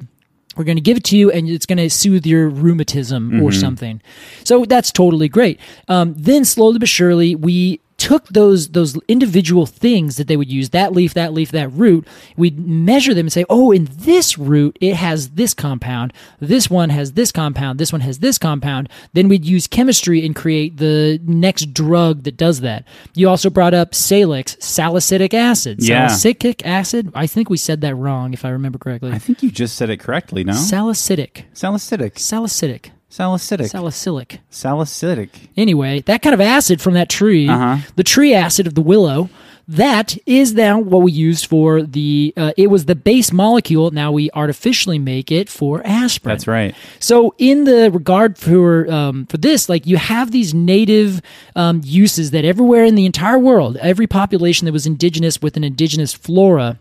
[SPEAKER 2] we're going to give it to you and it's going to soothe your rheumatism or something so that's totally great um, then slowly but surely we took those those individual things that they would use that leaf that leaf that root we'd measure them and say oh in this root it has this compound this one has this compound this one has this compound then we'd use chemistry and create the next drug that does that you also brought up salix salicylic acid
[SPEAKER 1] Yeah.
[SPEAKER 2] salicylic acid i think we said that wrong if i remember correctly
[SPEAKER 1] I think you just said it correctly, no?
[SPEAKER 2] Salicylic.
[SPEAKER 1] salicylic.
[SPEAKER 2] Salicylic.
[SPEAKER 1] Salicylic.
[SPEAKER 2] Salicylic.
[SPEAKER 1] salicylic.
[SPEAKER 2] Anyway, that kind of acid from that tree,
[SPEAKER 1] Uh-huh.
[SPEAKER 2] the tree acid of the willow, that is now what we used for the, uh, it was the base molecule. Now we artificially make it for aspirin.
[SPEAKER 1] That's right.
[SPEAKER 2] So, in the regard for um, for this, like you have these native um, uses that everywhere in the entire world, every population that was indigenous with an indigenous flora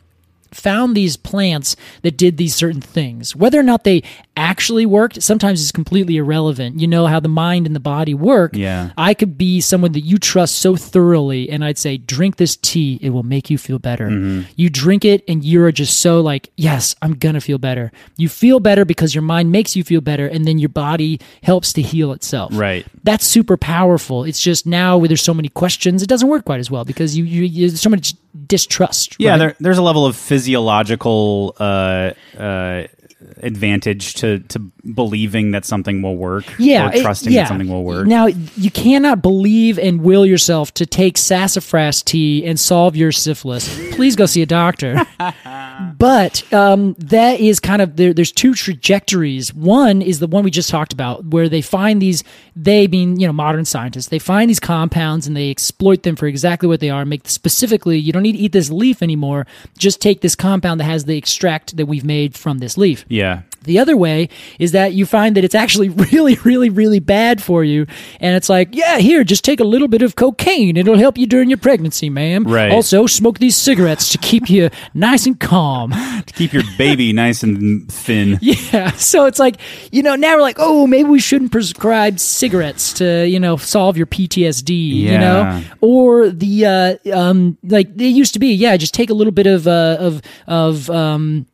[SPEAKER 2] found these plants that did these certain things. Whether or not they actually worked sometimes is completely irrelevant. You know how the mind and the body work.
[SPEAKER 1] Yeah.
[SPEAKER 2] I could be someone that you trust so thoroughly and I'd say drink this tea, it will make you feel better.
[SPEAKER 1] Mm-hmm.
[SPEAKER 2] You drink it and you're just so like, yes, I'm going to feel better. You feel better because your mind makes you feel better and then your body helps to heal itself
[SPEAKER 1] Right.
[SPEAKER 2] that's super powerful. It's just now where there's so many questions, it doesn't work quite as well because you, you, you there's so much distrust.
[SPEAKER 1] Yeah,
[SPEAKER 2] right?
[SPEAKER 1] there, there's a level of physiological uh, uh, advantage to, to believing that something will work.
[SPEAKER 2] yeah,
[SPEAKER 1] Or
[SPEAKER 2] it-
[SPEAKER 1] trusting
[SPEAKER 2] yeah.
[SPEAKER 1] that something will work.
[SPEAKER 2] Now you cannot believe and will yourself to take sassafras tea and solve your syphilis. Please go see
[SPEAKER 1] *laughs*
[SPEAKER 2] a doctor. but um, that is kind of there, there's two trajectories. One is the one we just talked about, where they find these. They being you know modern scientists, they find these compounds and they exploit them for exactly what they are. Make specifically, you don't need to eat this leaf anymore. Just take this compound that has the extract that we've made from this leaf.
[SPEAKER 1] yeah.
[SPEAKER 2] The other way is that you find that it's actually *laughs* really, really, really bad for you. And it's like, yeah, here, just take a little bit of cocaine. It'll help you during your pregnancy, ma'am.
[SPEAKER 1] Right.
[SPEAKER 2] Also, smoke these cigarettes to keep you nice and calm.
[SPEAKER 1] to keep your
[SPEAKER 2] *laughs*
[SPEAKER 1] baby nice and thin.
[SPEAKER 2] Yeah. *laughs* So it's like, you know, now we're like, oh, maybe we shouldn't prescribe cigarettes to, you know, solve your PTSD, you
[SPEAKER 1] Yeah.
[SPEAKER 2] know? Or the, uh, um, like, it used to be, yeah, just take a little bit of, uh, of, of, um,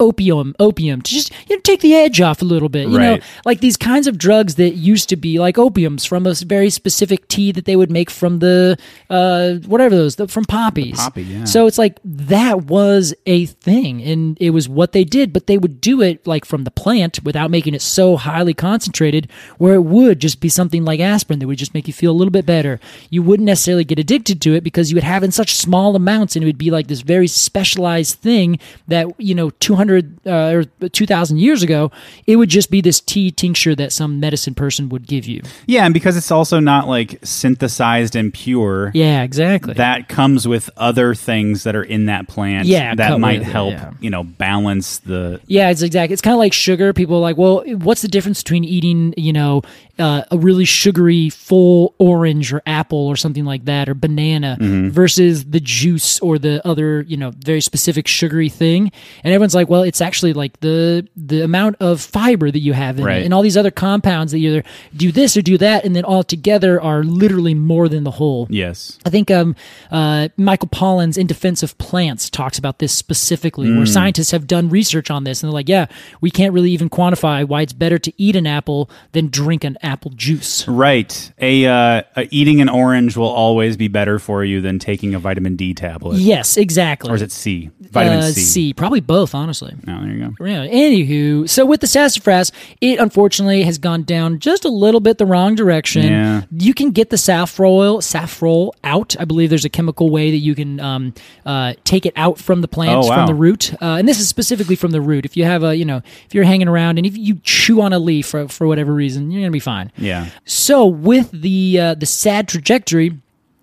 [SPEAKER 2] opium opium to just you know take the edge off a little bit you
[SPEAKER 1] Right.
[SPEAKER 2] know like these kinds of drugs that used to be like opiums from a s- very specific tea that they would make from the uh whatever those the, from poppies
[SPEAKER 1] poppy, yeah.
[SPEAKER 2] so it's like that was a thing and it was what they did but they would do it like from the plant without making it so highly concentrated where it would just be something like aspirin that would just make you feel a little bit better you wouldn't necessarily get addicted to it because you would have it in such small amounts and it would be like this very specialized thing that you know 200 uh, or 2000 years ago it would just be this tea tincture that some medicine person would give you
[SPEAKER 1] Yeah, and because it's also not like synthesized and pure.
[SPEAKER 2] yeah exactly
[SPEAKER 1] That comes with other things that are in that plant
[SPEAKER 2] Yeah,
[SPEAKER 1] that
[SPEAKER 2] cut
[SPEAKER 1] might
[SPEAKER 2] with it,
[SPEAKER 1] help,
[SPEAKER 2] yeah.
[SPEAKER 1] you know, balance the
[SPEAKER 2] Yeah, it's exactly. It's kind of like sugar. People are like, well, what's the difference between eating, you know, uh, a really sugary full orange or apple or something like that or banana versus the juice or the other, you know, very specific sugary thing. And everyone's like, well, it's actually like the the amount of fiber that you have in
[SPEAKER 1] Right.
[SPEAKER 2] it and all these other compounds that either do this or do that, and then all together are literally more than the whole.
[SPEAKER 1] Yes.
[SPEAKER 2] I think um, uh, Michael Pollan's In Defense of Plants talks about this specifically,
[SPEAKER 1] Hmm.
[SPEAKER 2] where scientists have done research on this and they're like, yeah, we can't really even quantify why it's better to eat an apple than drink an apple juice.
[SPEAKER 1] Right. A, uh, a eating an orange will always be better for you than taking a vitamin D tablet.
[SPEAKER 2] Yes, exactly.
[SPEAKER 1] Or is it C? Vitamin
[SPEAKER 2] Uh,
[SPEAKER 1] C.
[SPEAKER 2] Probably both, honestly.
[SPEAKER 1] No, there you go.
[SPEAKER 2] Yeah. Anywho, so with the sassafras, it unfortunately has gone down just a little bit the wrong direction.
[SPEAKER 1] Yeah.
[SPEAKER 2] You can get the saffrol saffrol out. I believe there's a chemical way that you can um, uh, take it out from the plant,
[SPEAKER 1] Oh, wow.
[SPEAKER 2] from the root, uh, and this is specifically from the root. If you have a, you know, if you're hanging around and if you chew on a leaf for, for whatever reason, you're gonna be fine.
[SPEAKER 1] Yeah.
[SPEAKER 2] So with the uh, the sad trajectory,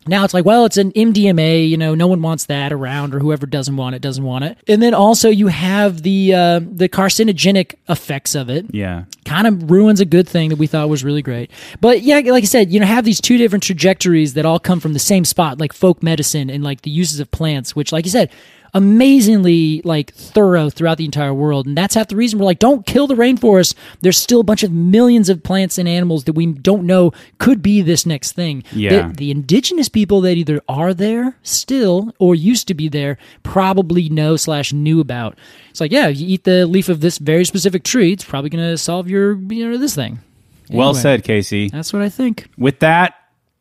[SPEAKER 2] now it's like, well, it's an MDMA. You know, no one wants that around, or whoever doesn't want it doesn't want it. And then also you have the uh, the carcinogenic effects of it.
[SPEAKER 1] Yeah.
[SPEAKER 2] Kind of ruins a good thing that we thought was really great. But yeah, like I said, you know, have these two different trajectories that all come from the same spot, like folk medicine and like the uses of plants, which, like you said, amazingly like thorough throughout the entire world. And that's half the reason we're like, don't kill the rainforest. There's still a bunch of millions of plants and animals that we don't know could be this next thing.
[SPEAKER 1] Yeah.
[SPEAKER 2] The, the indigenous people that either are there still or used to be there probably know slash knew about. It's like, yeah, if you eat the leaf of this very specific tree, it's probably going to solve your, you know, this thing.
[SPEAKER 1] Well
[SPEAKER 2] Anyway,
[SPEAKER 1] said, Casey.
[SPEAKER 2] That's what I think.
[SPEAKER 1] With that,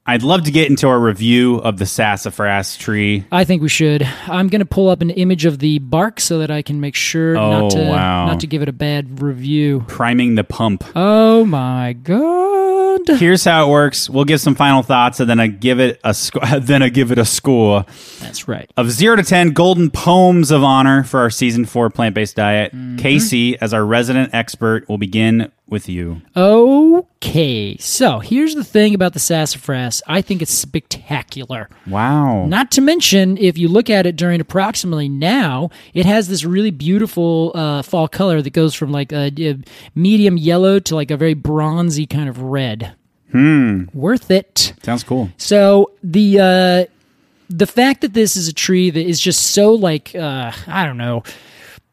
[SPEAKER 1] I'd love to get into our review of the sassafras tree.
[SPEAKER 2] I think we should. I'm going to pull up an image of the bark so that I can make sure
[SPEAKER 1] Oh,
[SPEAKER 2] not to
[SPEAKER 1] wow.
[SPEAKER 2] not to give it a bad review.
[SPEAKER 1] Priming the pump.
[SPEAKER 2] Oh my god.
[SPEAKER 1] Here's how it works. We'll give some final thoughts and then I give it a sc- *laughs* then I give it a score.
[SPEAKER 2] That's right.
[SPEAKER 1] of zero to ten golden poems of honor for our season four plant based diet.
[SPEAKER 2] Mm-hmm.
[SPEAKER 1] Casey, as our resident expert, will begin with you.
[SPEAKER 2] Okay. So, here's the thing about the sassafras. I think it's spectacular.
[SPEAKER 1] Wow.
[SPEAKER 2] Not to mention, if you look at it during approximately now, it has this really beautiful uh, fall color that goes from like a, a medium yellow to like a very bronzy kind of red. Hmm. Worth it.
[SPEAKER 1] Sounds cool.
[SPEAKER 2] So the uh, the fact that this is a tree that is just so like uh, I don't know,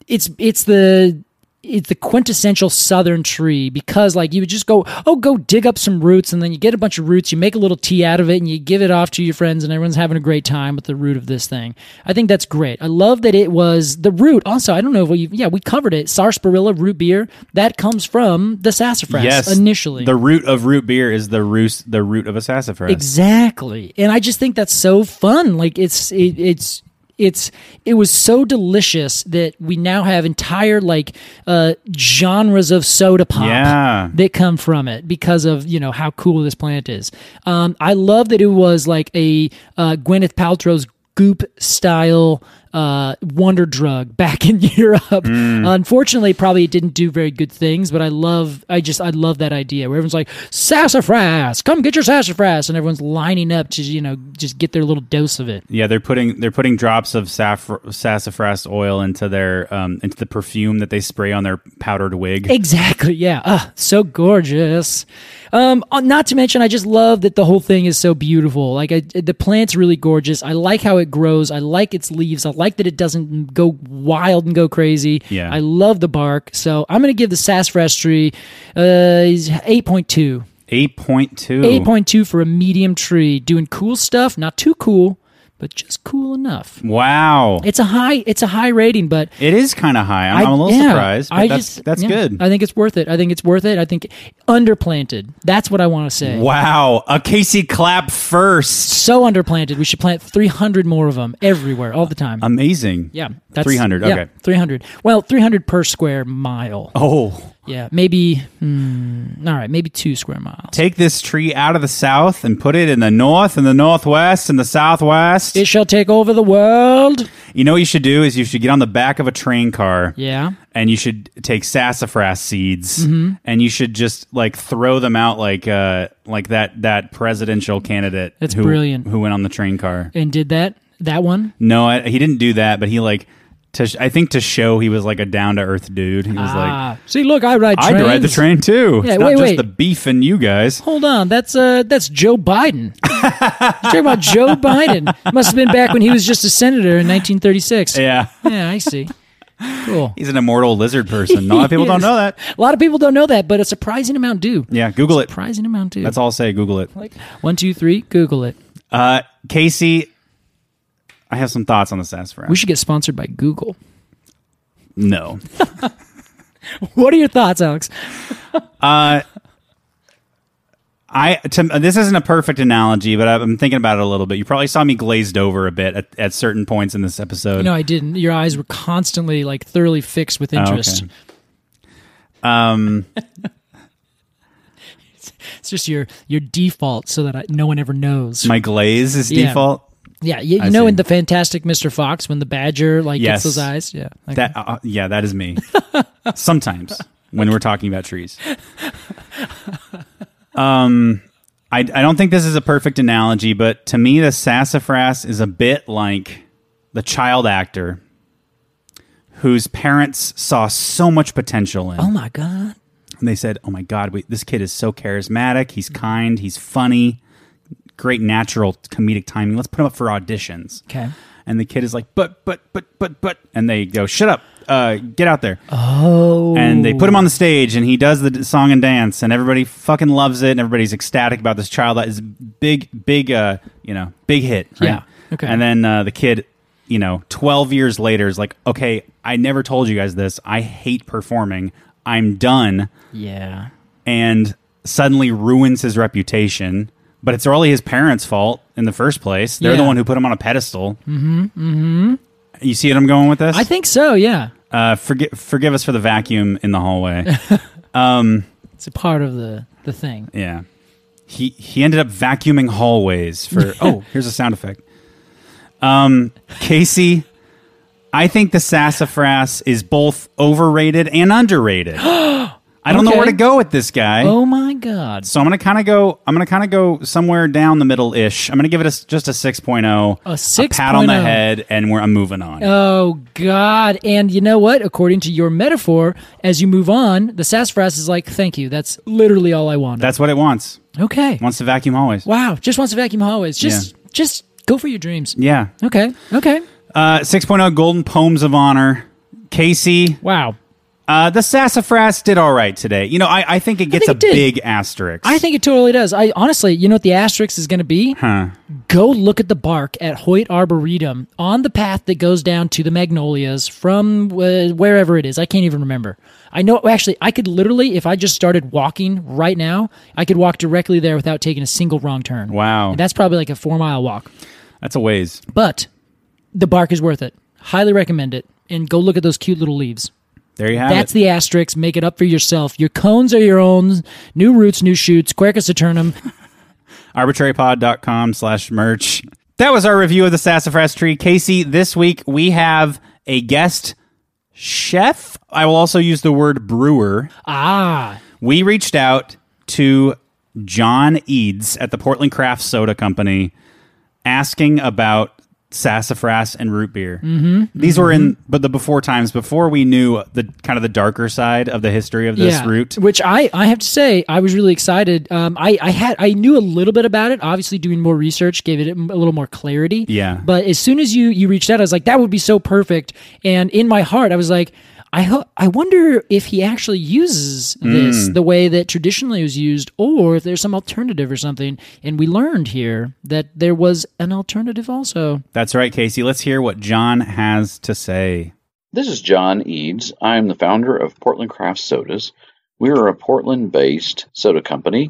[SPEAKER 2] it's it's the it's the quintessential southern tree because like you would just go oh go dig up some roots and then you get a bunch of roots you make a little tea out of it and you give it off to your friends and everyone's having a great time with the root of this thing i think that's great i love that it was the root also i don't know if we yeah we covered it sarsaparilla root beer that comes from the sassafras
[SPEAKER 1] yes.
[SPEAKER 2] initially
[SPEAKER 1] the root of root beer is the root the root of a sassafras.
[SPEAKER 2] Exactly. And I just think that's so fun. Like it's it, it's it's it was so delicious that we now have entire like uh genres of soda pop
[SPEAKER 1] Yeah.
[SPEAKER 2] that come from it because of you know how cool this plant is. Um, I love that it was like a uh, Gwyneth Paltrow's Goop style uh, wonder drug *laughs* back in Europe. Unfortunately, probably it didn't do very good things, but I love, I just, I love that idea where everyone's like, sassafras, come get your sassafras. And everyone's lining up to, you know, just get their little dose of it.
[SPEAKER 1] Yeah, they're putting they're putting drops of saffr- sassafras oil into their um, into the perfume that they spray on their powdered wig.
[SPEAKER 2] Exactly. Yeah. Ah, so gorgeous. Um, uh, not to mention, I just love that the whole thing is so beautiful. Like I, the plant's really gorgeous. I like how it grows. I like its leaves. I like that it doesn't go wild and go crazy.
[SPEAKER 1] Yeah.
[SPEAKER 2] I love the bark. So I'm gonna give the sassafras tree uh, is 8.2.
[SPEAKER 1] Eight point two.
[SPEAKER 2] 8.2 for a medium tree, doing cool stuff. Not too cool, but just cool enough.
[SPEAKER 1] Wow,
[SPEAKER 2] It's a high. It's a high rating, but
[SPEAKER 1] it is kind of high. I'm,
[SPEAKER 2] I-
[SPEAKER 1] am a little
[SPEAKER 2] yeah,
[SPEAKER 1] surprised. But
[SPEAKER 2] I
[SPEAKER 1] that's
[SPEAKER 2] just-
[SPEAKER 1] that's
[SPEAKER 2] yeah,
[SPEAKER 1] good.
[SPEAKER 2] I think it's worth it. I think it's worth it. I think underplanted. That's what I want to say.
[SPEAKER 1] wow, a Casey clap first.
[SPEAKER 2] So underplanted. We should plant 300 more of them everywhere, all the time.
[SPEAKER 1] Amazing.
[SPEAKER 2] yeah,
[SPEAKER 1] Um, three hundred.
[SPEAKER 2] yeah,
[SPEAKER 1] Okay.
[SPEAKER 2] 300. Well, 300 per square mile.
[SPEAKER 1] Oh,
[SPEAKER 2] Yeah, maybe. Hmm, all right, maybe two square miles.
[SPEAKER 1] take this tree out of the south and put it in the north and the northwest and the southwest.
[SPEAKER 2] It shall take over the world.
[SPEAKER 1] you know what you should do is you should get on the back of a train car.
[SPEAKER 2] Yeah.
[SPEAKER 1] and you should take sassafras seeds
[SPEAKER 2] Mm-hmm.
[SPEAKER 1] and you should just like throw them out like uh like that that presidential candidate
[SPEAKER 2] That's
[SPEAKER 1] who,
[SPEAKER 2] brilliant.
[SPEAKER 1] who went on the train car
[SPEAKER 2] And did that? That one?
[SPEAKER 1] no I, he didn't do that but he like to sh- i think to show he was like a down-to-earth dude he was like
[SPEAKER 2] Ah, see, look, I ride
[SPEAKER 1] i'd
[SPEAKER 2] trains.
[SPEAKER 1] ride the train too
[SPEAKER 2] Yeah,
[SPEAKER 1] it's not
[SPEAKER 2] wait,
[SPEAKER 1] just
[SPEAKER 2] wait.
[SPEAKER 1] the beef and you guys *laughs*
[SPEAKER 2] Hold on, that's uh, that's Joe Biden. You're talking about Joe Biden. Must have been back when he was just a senator in 1936.
[SPEAKER 1] yeah
[SPEAKER 2] Yeah, I see. Cool.
[SPEAKER 1] he's an immortal lizard person a lot of people don't
[SPEAKER 2] *laughs* Yes.
[SPEAKER 1] know that
[SPEAKER 2] A lot of people don't know that, but a surprising amount do.
[SPEAKER 1] yeah google it
[SPEAKER 2] Surprising amount do.
[SPEAKER 1] that's all i'll say google it
[SPEAKER 2] Like one, two, three. Google it.
[SPEAKER 1] uh casey i have some thoughts on the sassafras
[SPEAKER 2] We should get sponsored by Google. *laughs*
[SPEAKER 1] no
[SPEAKER 2] What are your thoughts, Alex?
[SPEAKER 1] I to, this isn't a perfect analogy, but I'm thinking about it a little bit. You probably saw me glazed over a bit at, at certain points in this episode.
[SPEAKER 2] No, I didn't. Your eyes were constantly like thoroughly fixed with
[SPEAKER 1] Oh, okay.
[SPEAKER 2] interest.
[SPEAKER 1] Um,
[SPEAKER 2] *laughs* It's just your your default, so that I, no one ever knows.
[SPEAKER 1] my glaze is
[SPEAKER 2] Yeah.
[SPEAKER 1] default.
[SPEAKER 2] yeah, you,
[SPEAKER 1] I
[SPEAKER 2] you know,
[SPEAKER 1] see.
[SPEAKER 2] in the Fantastic Mr. Fox, when the badger like
[SPEAKER 1] Yes.
[SPEAKER 2] gets those eyes. Yeah, like,
[SPEAKER 1] That uh, yeah, that is
[SPEAKER 2] *laughs*
[SPEAKER 1] me. Sometimes when we're talking about trees. Um, I I don't think this is a perfect analogy, but to me, the sassafras is a bit like the child actor whose parents saw so much potential in.
[SPEAKER 2] Oh my god.
[SPEAKER 1] And they said, "Oh my God, we, this kid is so charismatic. He's kind. He's funny. Great natural comedic timing. Let's put him up for auditions."
[SPEAKER 2] Okay.
[SPEAKER 1] And the kid is like, "But, but, but, but, but," and they go, "Shut up. Uh, get out there."
[SPEAKER 2] Oh.
[SPEAKER 1] And they put him on the stage, and he does the d- song and dance, and everybody fucking loves it, and everybody's ecstatic about this child. That is big, big, uh, you know, big hit. right?
[SPEAKER 2] Yeah. Okay.
[SPEAKER 1] And then uh, the kid, you know, twelve years later is like, "Okay, I never told you guys this. I hate performing. I'm done."
[SPEAKER 2] Yeah.
[SPEAKER 1] and suddenly ruins his reputation. But it's really his parents' fault in the first place. They're the
[SPEAKER 2] Yeah.
[SPEAKER 1] one who put him on a pedestal. Mm-hmm. Mm-hmm. You see what I'm going with this?
[SPEAKER 2] I think so. Yeah.
[SPEAKER 1] uh, forgive forgive us for the vacuum in the
[SPEAKER 2] *laughs*
[SPEAKER 1] hallway.
[SPEAKER 2] It's a part of the the thing.
[SPEAKER 1] yeah, he he ended up vacuuming hallways
[SPEAKER 2] *laughs*
[SPEAKER 1] for. oh, here's a sound effect. Um, Casey, I think the sassafras is both overrated and
[SPEAKER 2] *gasps*
[SPEAKER 1] underrated. I don't know where
[SPEAKER 2] Okay.
[SPEAKER 1] to go with this guy.
[SPEAKER 2] Oh my god.
[SPEAKER 1] So I'm going to kind of go I'm going to kind of go somewhere down the middle ish. I'm going to give it a, s- just a 6.0.
[SPEAKER 2] A oh.
[SPEAKER 1] pat on the
[SPEAKER 2] 6.0.
[SPEAKER 1] head and we're I'm moving on.
[SPEAKER 2] Oh God! And you know what? According to your metaphor, as you move on, the sassafras is like, "Thank you. That's literally all I wanted."
[SPEAKER 1] That's what it wants.
[SPEAKER 2] okay.
[SPEAKER 1] It wants to vacuum always.
[SPEAKER 2] Wow! Just wants to vacuum hallways. Just, just go for your dreams.
[SPEAKER 1] Yeah.
[SPEAKER 2] Okay. Okay.
[SPEAKER 1] Uh 6.0 Golden Poems of Honor. Casey,
[SPEAKER 2] Wow.
[SPEAKER 1] uh, the sassafras did all right today. You know, I, I think it gets
[SPEAKER 2] think it
[SPEAKER 1] a
[SPEAKER 2] did.
[SPEAKER 1] big asterisk.
[SPEAKER 2] I think it totally does. I honestly, you know what the asterisk is going to be?
[SPEAKER 1] Huh.
[SPEAKER 2] Go look at the bark at Hoyt Arboretum on the path that goes down to the magnolias from uh, wherever it is. I can't even remember. I know, actually, I could literally, if I just started walking right now, I could walk directly there without taking a single wrong turn.
[SPEAKER 1] Wow.
[SPEAKER 2] And that's probably like a four mile walk.
[SPEAKER 1] That's a ways.
[SPEAKER 2] But the bark is worth it. Highly recommend it. And go look at those cute little leaves.
[SPEAKER 1] There you have
[SPEAKER 2] That's
[SPEAKER 1] it.
[SPEAKER 2] the asterisk. Make it up for yourself. Your cones are your own. New roots, new shoots. Quercus eternum.
[SPEAKER 1] Arbitrarypod.com slash merch. That was our review of the sassafras tree. Casey, this week we have a guest chef. I will also use the word brewer.
[SPEAKER 2] Ah,
[SPEAKER 1] We reached out to John Eads at the Portland Craft Soda Company asking about sassafras and root beer. Mm-hmm. These were in but the before times before we knew the kind of the darker side of the history of this
[SPEAKER 2] yeah.
[SPEAKER 1] root.
[SPEAKER 2] Which I, I have to say, I was really excited. Um, I, I had I knew a little bit about it. Obviously, doing more research gave it a little more clarity.
[SPEAKER 1] Yeah.
[SPEAKER 2] But as soon as you you reached out, I was like, that would be so perfect. And in my heart, I was like. I, ho- I wonder if he actually uses
[SPEAKER 1] Mm.
[SPEAKER 2] this the way that traditionally it was used, or if there's some alternative or something. And we learned here that there was an alternative also.
[SPEAKER 1] That's right, Casey. Let's hear what John has to say.
[SPEAKER 6] This is John Eads. I am the founder of Portland Craft Sodas. We are a Portland based soda company.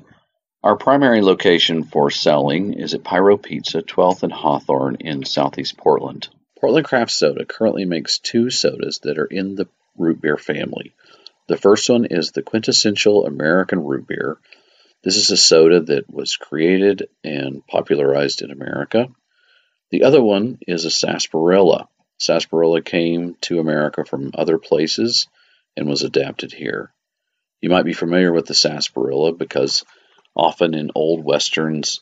[SPEAKER 6] Our primary location for selling is at Pyro Pizza, 12th and Hawthorne in southeast Portland. Portland Craft Soda currently makes two sodas that are in the root beer family. The first one is the quintessential American root beer. This is a soda that was created and popularized in America. The other one is a sarsaparilla. Sarsaparilla came to America from other places and was adapted here. You might be familiar with the sarsaparilla because often in old westerns,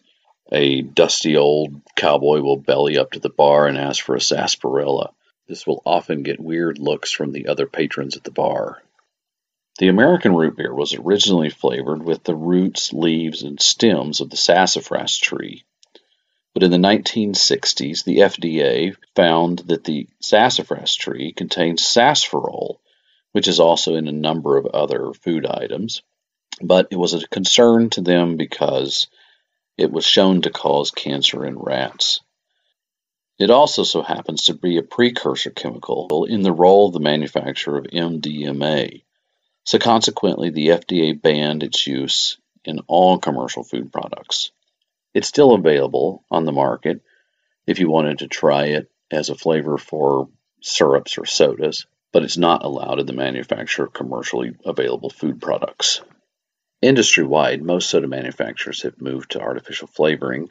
[SPEAKER 6] a dusty old cowboy will belly up to the bar and ask for a sarsaparilla. This will often get weird looks from the other patrons at the bar. The American root beer was originally flavored with the roots, leaves, and stems of the sassafras tree. But in the 1960s, the FDA found that the sassafras tree contains sarsaparil, which is also in a number of other food items. But it was a concern to them because it was shown to cause cancer in rats. It also so happens to be a precursor chemical in the role of the manufacturer of MDMA. So consequently, the FDA banned its use in all commercial food products. It's still available on the market if you wanted to try it as a flavor for syrups or sodas, but it's not allowed in the manufacture of commercially available food products. Industry wide, most soda manufacturers have moved to artificial flavoring,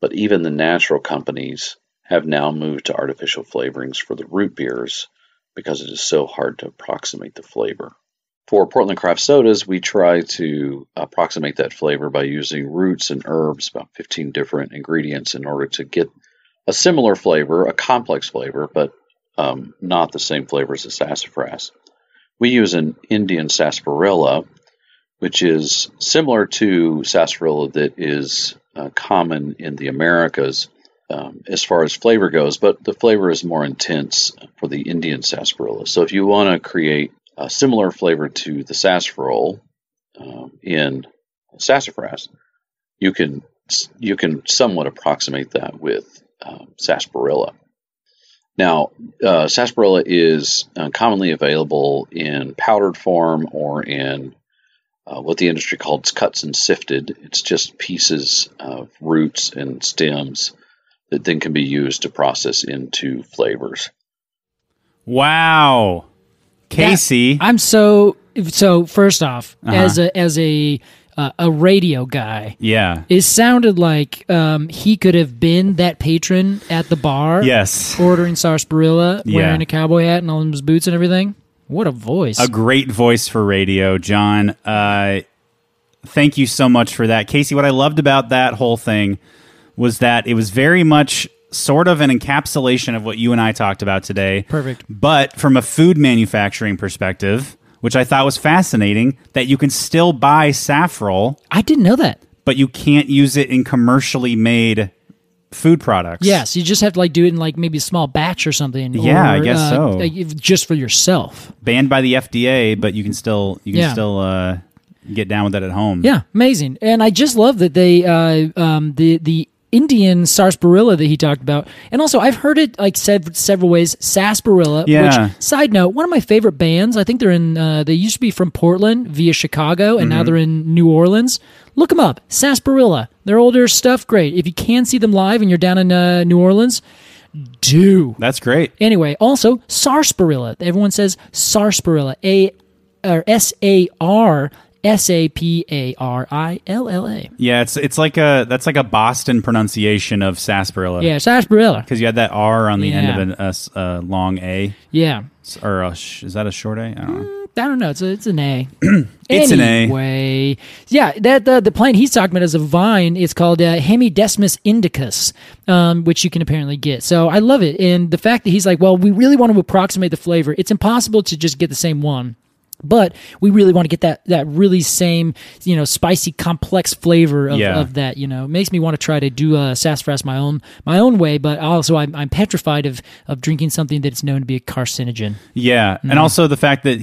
[SPEAKER 6] but even the natural companies have now moved to artificial flavorings for the root beers because it is so hard to approximate the flavor. For Portland craft sodas, we try to approximate that flavor by using roots and herbs, about 15 different ingredients, in order to get a similar flavor, a complex flavor, but um, not the same flavor as the sassafras. We use an Indian sarsaparilla, which is similar to sarsaparilla that is uh, common in the Americas um, as far as flavor goes, but the flavor is more intense for the Indian sarsaparilla. So if you want to create a similar flavor to the sarsaparil um, in sassafras, you can you can somewhat approximate that with um, sarsaparilla. Now, uh, sarsaparilla is uh, commonly available in powdered form or in uh, what the industry calls cuts and sifted. It's just pieces of roots and stems that then can be used to process into flavors.
[SPEAKER 1] Wow. Casey.
[SPEAKER 2] Yeah, I'm so so. First off,
[SPEAKER 1] Uh-huh.
[SPEAKER 2] as a as a uh, a radio guy,
[SPEAKER 1] yeah.
[SPEAKER 2] it sounded like um, he could have been that patron at the bar.
[SPEAKER 1] Yes.
[SPEAKER 2] ordering sarsaparilla,
[SPEAKER 1] Yeah.
[SPEAKER 2] wearing a cowboy hat and all his boots and everything. What a voice!
[SPEAKER 1] A great voice for radio, John. Uh, thank you so much for that. Casey, what I loved about that whole thing was that it was very much sort of an encapsulation of what you and I talked about today.
[SPEAKER 2] Perfect.
[SPEAKER 1] But from a food manufacturing perspective, which I thought was fascinating, that you can still buy saffron,
[SPEAKER 2] I didn't know that.
[SPEAKER 1] but you can't use it in commercially made food products.
[SPEAKER 2] Yes, you just have to like do it in like maybe a small batch or something.
[SPEAKER 1] Yeah, I
[SPEAKER 2] or,
[SPEAKER 1] guess
[SPEAKER 2] uh,
[SPEAKER 1] so.
[SPEAKER 2] like, if- just for yourself.
[SPEAKER 1] Banned by the FDA, but you can still you can
[SPEAKER 2] Yeah.
[SPEAKER 1] still uh, get down with it at home.
[SPEAKER 2] Yeah, amazing. And I just love that they uh, um, the the Indian sarsaparilla that he talked about, and also I've heard it like said several ways. Sarsaparilla.
[SPEAKER 1] Yeah.
[SPEAKER 2] Which, side note, one of my favorite bands. I think they're in. Uh, they used to be from Portland via Chicago, and now they're in New Orleans. Look them up. Sarsaparilla. Their older stuff, great. If you can see them live and you're down in uh, New Orleans, do.
[SPEAKER 1] That's great.
[SPEAKER 2] Anyway, also sarsaparilla. Everyone says sarsaparilla. A or S A R S A P A R I L L A.
[SPEAKER 1] Yeah, it's it's like a that's like a Boston pronunciation of sarsaparilla.
[SPEAKER 2] Yeah, sarsaparilla.
[SPEAKER 1] because you had that R on the
[SPEAKER 2] Yeah.
[SPEAKER 1] end of a s a long A
[SPEAKER 2] Yeah.
[SPEAKER 1] S- or a sh- is that a short A? I don't know.
[SPEAKER 2] I don't know. It's a, it's an A.
[SPEAKER 1] It's an A.
[SPEAKER 2] Anyway, yeah, that the, the plant he's talking about is a vine. It's called uh, Hemidesmus indicus, um, which you can apparently get. So I love it, and the fact that he's like, well, we really want to approximate the flavor. It's impossible to just get the same one. But we really want to get that that really same you know spicy complex flavor of,
[SPEAKER 1] Yeah.
[SPEAKER 2] of that you know it makes me want to try to do uh, sassafras my own my own way but also I'm, I'm petrified of of drinking something that's known to be a carcinogen
[SPEAKER 1] Yeah,
[SPEAKER 2] Mm.
[SPEAKER 1] and also the fact that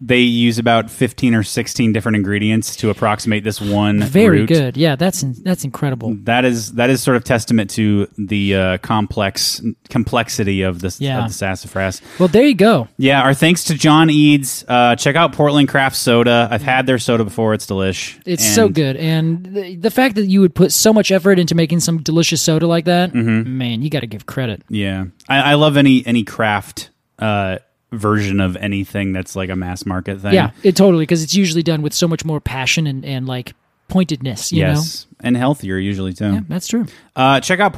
[SPEAKER 1] they use about fifteen or sixteen different ingredients to approximate this one.
[SPEAKER 2] Very
[SPEAKER 1] root. Mm.
[SPEAKER 2] good. Yeah, that's in, that's incredible.
[SPEAKER 1] That is that is sort of testament to the uh, complex complexity of the,
[SPEAKER 2] Yeah.
[SPEAKER 1] of the sassafras.
[SPEAKER 2] Well, there you go.
[SPEAKER 1] Yeah, our thanks to John Eads. Uh, check out Portland Craft Soda. I've had their soda before; it's delish.
[SPEAKER 2] It's
[SPEAKER 1] And
[SPEAKER 2] so good, and the, the fact that you would put so much effort into making some delicious soda like that,
[SPEAKER 1] Mm-hmm.
[SPEAKER 2] man, you got to give credit.
[SPEAKER 1] Yeah, I, I love any any craft uh, version of anything that's like a mass market thing.
[SPEAKER 2] Yeah, it totally because it's usually done with so much more passion and and like pointedness. You
[SPEAKER 1] Yes, and healthier usually too.
[SPEAKER 2] know, that's true.
[SPEAKER 1] Uh, check out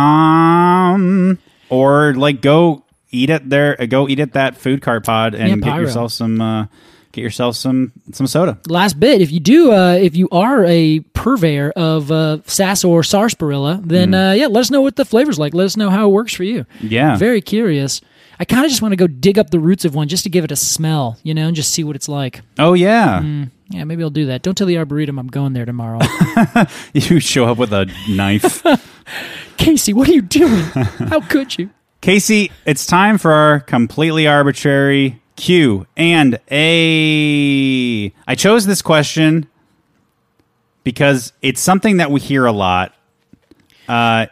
[SPEAKER 1] portlandcraftsoda.com or like go eat at their uh, go eat at that food cart pod
[SPEAKER 2] Yeah,
[SPEAKER 1] and get
[SPEAKER 2] pyro.
[SPEAKER 1] yourself some uh, get yourself some some soda.
[SPEAKER 2] Last bit, if you do, uh, if you are a purveyor of uh, sass or sarsaparilla, then uh, yeah, let us know what the flavors like. Let us know how it works for you.
[SPEAKER 1] Mm. Yeah.
[SPEAKER 2] very curious. I kind of just want to go dig up the roots of one just to give it a smell, you know, and just see what it's like.
[SPEAKER 1] Oh yeah.
[SPEAKER 2] Yeah, maybe I'll do that. Don't tell the arboretum I'm going there tomorrow.
[SPEAKER 1] *laughs* You show up with a knife.
[SPEAKER 2] Casey, what are you doing? *laughs* How could you?
[SPEAKER 1] Casey, it's time for our completely arbitrary Q and A. I chose this question because it's something that we hear a lot. Uh,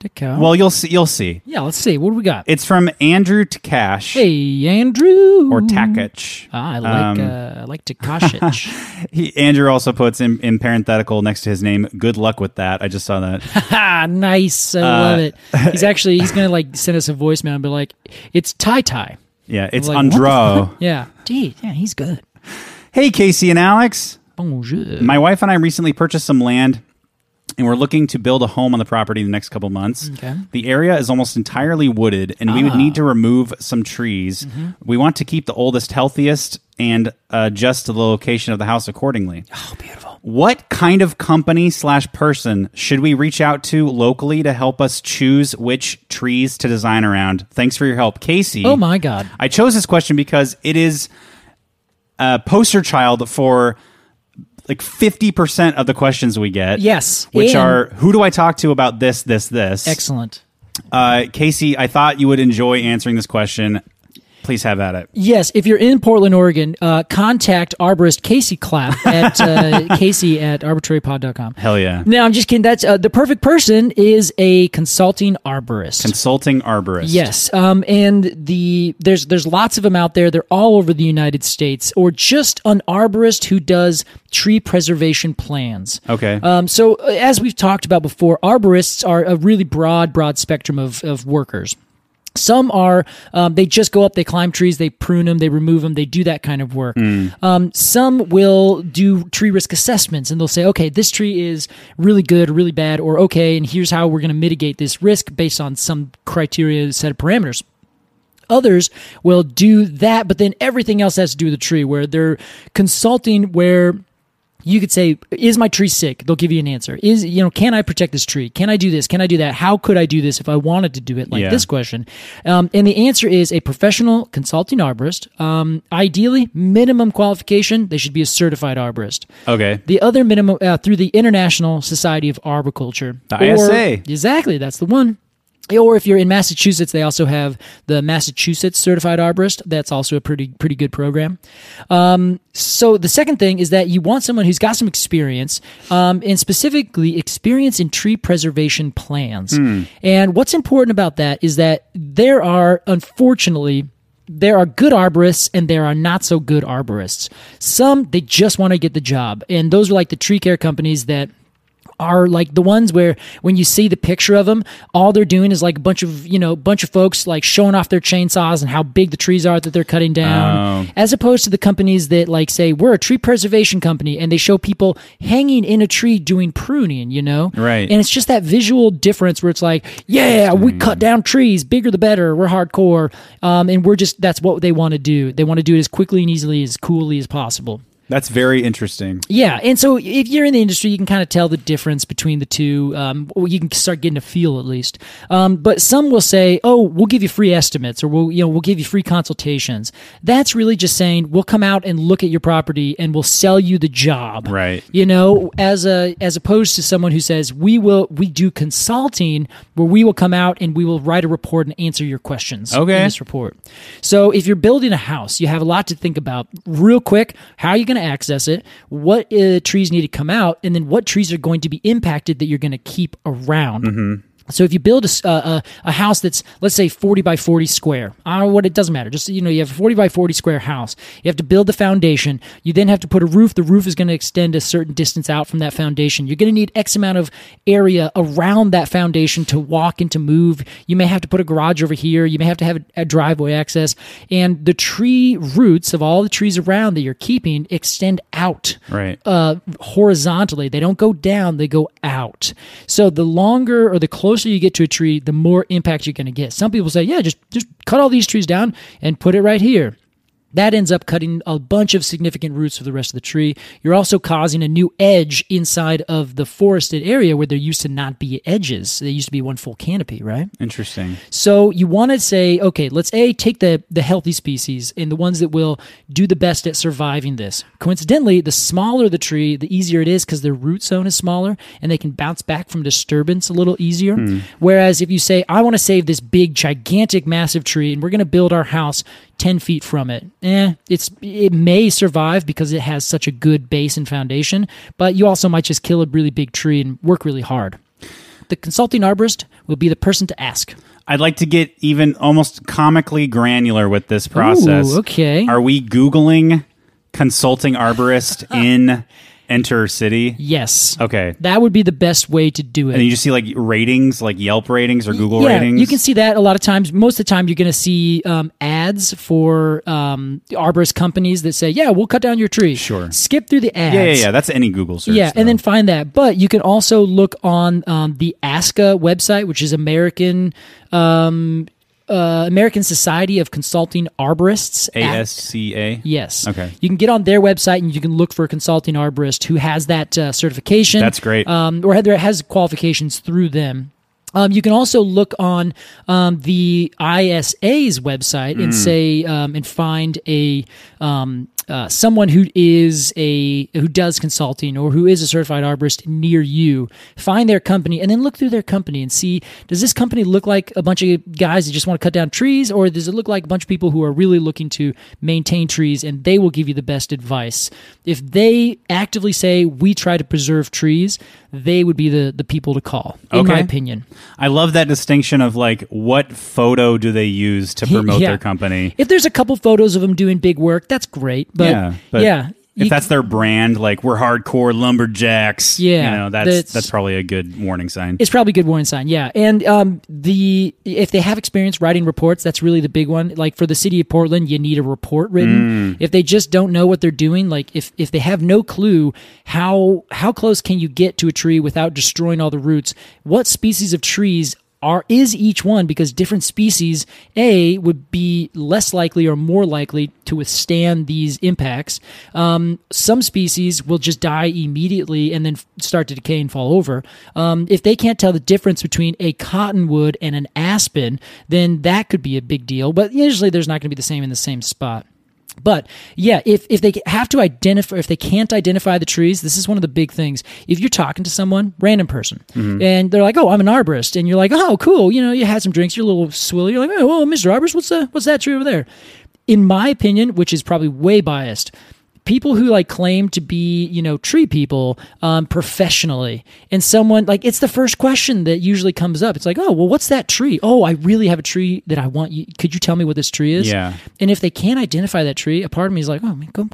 [SPEAKER 2] Deco.
[SPEAKER 1] well, you'll see. You'll see.
[SPEAKER 2] yeah, let's see. What do we got?
[SPEAKER 1] It's from Andrew Takash.
[SPEAKER 2] hey, Andrew.
[SPEAKER 1] or Takic.
[SPEAKER 2] Ah, I like
[SPEAKER 1] Um,
[SPEAKER 2] uh, I like Takashi.
[SPEAKER 1] he, Andrew also puts in, in parenthetical next to his name. Good luck with that. I just saw
[SPEAKER 2] *laughs*
[SPEAKER 1] that.
[SPEAKER 2] ah, *laughs* nice. I love it. He's actually he's gonna like send us a voicemail and be like, "It's tie tie."
[SPEAKER 1] Yeah, it's
[SPEAKER 2] Like, what the
[SPEAKER 1] Andro.
[SPEAKER 2] Yeah, dude. Yeah, he's good.
[SPEAKER 1] Hey, Casey and Alex.
[SPEAKER 2] Bonjour.
[SPEAKER 1] My wife and I recently purchased some land, and we're looking to build a home on the property in the next couple months.
[SPEAKER 2] Okay. Ah.
[SPEAKER 1] The area is almost entirely wooded, and we would need to remove some trees.
[SPEAKER 2] Mm-hmm.
[SPEAKER 1] We want to keep the oldest, healthiest, and adjust the location of the house accordingly.
[SPEAKER 2] Oh, beautiful.
[SPEAKER 1] What kind of company slash person should we reach out to locally to help us choose which trees to design around? Thanks for your help, Casey.
[SPEAKER 2] Oh my God.
[SPEAKER 1] I chose this question because it is a poster child for like fifty percent of the questions we get.
[SPEAKER 2] Yes,
[SPEAKER 1] which
[SPEAKER 2] and-
[SPEAKER 1] are who do I talk to about this, this, this?
[SPEAKER 2] Excellent.
[SPEAKER 1] Uh, Casey, I thought you would enjoy answering this question. Please have at it.
[SPEAKER 2] Yes, if you're in Portland, Oregon, uh, contact arborist Casey Clapp at uh, Casey at arbitrarypod.com.
[SPEAKER 1] Hell yeah!
[SPEAKER 2] No, I'm just kidding. That's uh, the perfect person is a consulting arborist.
[SPEAKER 1] Consulting arborist.
[SPEAKER 2] Yes, um, and the there's there's lots of them out there. They're all over the United States, or just an arborist who does tree preservation plans.
[SPEAKER 1] Okay.
[SPEAKER 2] Um, so uh, as we've talked about before, arborists are a really broad, broad spectrum of of workers. Some are um, they just go up, they climb trees, they prune them, they remove them, they do that kind of work. Um, some will do tree risk assessments, and they'll say, okay, this tree is really good, really bad, or okay, and here's how we're going to mitigate this risk based on some criteria set of parameters others will do that but then everything else has to do with the tree where they're consulting where you could say is my tree sick they'll give you an answer is you know can i protect this tree can i do this can i do that how could i do this if i wanted to do it like
[SPEAKER 1] Yeah.
[SPEAKER 2] this question um, and the answer is a professional consulting arborist um, ideally minimum qualification they should be a certified arborist
[SPEAKER 1] Okay.
[SPEAKER 2] the other minimum uh, through the International Society of Arboriculture.
[SPEAKER 1] The
[SPEAKER 2] Or-
[SPEAKER 1] ISA.
[SPEAKER 2] Exactly, that's the one. Or if you're in Massachusetts, they also have the Massachusetts Certified Arborist. That's also a pretty pretty good program. Um, so the second thing is that you want someone who's got some experience, um, and specifically experience in tree preservation plans. And what's important about that is that there are unfortunately there are good arborists and there are not so good arborists. Some they just want to get the job, and those are like the tree care companies that are like the ones where when you see the picture of them, all they're doing is like a bunch of you know bunch of folks like showing off their chainsaws and how big the trees are that they're cutting down, as opposed to the companies that like say we're a tree preservation company and they show people hanging in a tree doing pruning, you know,
[SPEAKER 1] Right.
[SPEAKER 2] And it's just that visual difference where it's like, yeah, we cut down trees, bigger the better. We're hardcore, um, and we're just that's what they want to do. They want to do it as quickly and easily, as coolly as possible.
[SPEAKER 1] That's very interesting.
[SPEAKER 2] Yeah, and so if you're in the industry, you can kind of tell the difference between the two. Um, or you can start getting a feel at least. Um, but some will say, "Oh, we'll give you free estimates," or we'll you know we'll give you free consultations. That's really just saying we'll come out and look at your property and we'll sell you the job.
[SPEAKER 1] Right.
[SPEAKER 2] You know, as a as opposed to someone who says we will we do consulting where we will come out and we will write a report and answer your questions. in
[SPEAKER 1] Okay.
[SPEAKER 2] this report. So if you're building a house, you have a lot to think about. Real quick, how are you going to access it? What uh, trees need to come out, and then what trees are going to be impacted that you're going to keep around. So if you build a, s- uh, a, a house that's let's say 40 by 40 square, I don't know what it doesn't matter. Just you know, you have a 40 by 40 square house. You have to build the foundation. You then have to put a roof. The roof is going to extend a certain distance out from that foundation. You're going to need X amount of area around that foundation to walk and to move. You may have to put a garage over here. You may have to have a, a driveway access. And the tree roots of all the trees around that you're keeping extend out
[SPEAKER 1] Right.
[SPEAKER 2] uh, horizontally. They don't go down, they go out. So the longer or the closer you get to a tree, the more impact you're going to get. Some people say, yeah, just, just cut all these trees down and put it right here. That ends up cutting a bunch of significant roots for the rest of the tree. You're also causing a new edge inside of the forested area where there used to not be edges. There used to be one full canopy, right?
[SPEAKER 1] Interesting.
[SPEAKER 2] So you want to say, okay, let's a take the the healthy species and the ones that will do the best at surviving this. Coincidentally, the smaller the tree, the easier it is because their root zone is smaller and they can bounce back from disturbance a little easier. Whereas if you say, I want to save this big, gigantic, massive tree and we're going to build our house ten feet from it, eh? It's it may survive because it has such a good base and foundation, but you also might just kill a really big tree and work really hard. The consulting arborist will be the person to ask.
[SPEAKER 1] I'd like to get even almost comically granular with this process.
[SPEAKER 2] Ooh, okay.
[SPEAKER 1] Are we Googling consulting
[SPEAKER 2] *laughs*
[SPEAKER 1] arborist in Enter City?
[SPEAKER 2] Yes.
[SPEAKER 1] Okay.
[SPEAKER 2] That would be the best way to do
[SPEAKER 1] And you
[SPEAKER 2] it.
[SPEAKER 1] just see like ratings, like Yelp ratings or Google
[SPEAKER 2] yeah,
[SPEAKER 1] ratings.
[SPEAKER 2] you can see that a lot of times. Most of the time, you're going to see um, ads for um, arborist companies that say, "Yeah, we'll cut down your tree."
[SPEAKER 1] Sure.
[SPEAKER 2] Skip through the ads.
[SPEAKER 1] Yeah, yeah, uh, yeah. That's any Google search.
[SPEAKER 2] Yeah,
[SPEAKER 1] though.
[SPEAKER 2] and then find that. But you can also look on um, the ASCA website, which is American um, uh, American Society of Consulting Arborists.
[SPEAKER 1] ASCA.
[SPEAKER 2] Yes.
[SPEAKER 1] Okay.
[SPEAKER 2] You can get on their website and you can look for a consulting arborist who has that uh, certification.
[SPEAKER 1] That's great.
[SPEAKER 2] Um, or rather, has qualifications through them. Um, you can also look on um, the ISA's website
[SPEAKER 1] Mm.
[SPEAKER 2] and say um, and find a um, uh, someone who is a who does consulting or who is a certified arborist near you. Find their company and then look through their company and see does this company look like a bunch of guys that just want to cut down trees or does it look like a bunch of people who are really looking to maintain trees and they will give you the best advice. If they actively say we try to preserve trees, they would be the the people to call in my
[SPEAKER 1] Okay.
[SPEAKER 2] opinion.
[SPEAKER 1] I love that distinction of like what photo do they use to promote
[SPEAKER 2] Yeah.
[SPEAKER 1] their company.
[SPEAKER 2] If there's a couple photos of them doing big work, that's great, but yeah,
[SPEAKER 1] but If
[SPEAKER 2] you-
[SPEAKER 1] that's their brand, like we're hardcore lumberjacks,
[SPEAKER 2] Yeah,
[SPEAKER 1] you know that's that's,
[SPEAKER 2] that's-
[SPEAKER 1] probably a good warning sign.
[SPEAKER 2] It's probably a good warning sign, yeah. And um, the if they have experience writing reports, that's really the big one. Like for the city of Portland, you need a report written. If they just don't know what they're doing, like if if they have no clue how how close can you get to a tree without destroying all the roots? What species of trees are is each one because different species a would be less likely or more likely to withstand these impacts um, some species will just die immediately and then f- start to decay and fall over um, if they can't tell the difference between a cottonwood and an aspen then that could be a big deal but usually there's not going to be the same in the same spot but yeah, if, if they have to identify, if they can't identify the trees, this is one of the big things. If you're talking to someone, random person, and they're like, "Oh, I'm an arborist," and you're like, "Oh, cool," you know, you had some drinks, you're a little swilly, you're like, "Oh, well, Mr. Arborist, what's that? What's that tree over there?" In my opinion, which is probably way biased, people who like claim to be you know tree people um, professionally and someone like it's the first question that usually comes up it's like oh well what's that tree oh i really have a tree that i want you could you tell me what this tree is
[SPEAKER 1] Yeah.
[SPEAKER 2] and if they can't identify that tree a part of me is like oh man go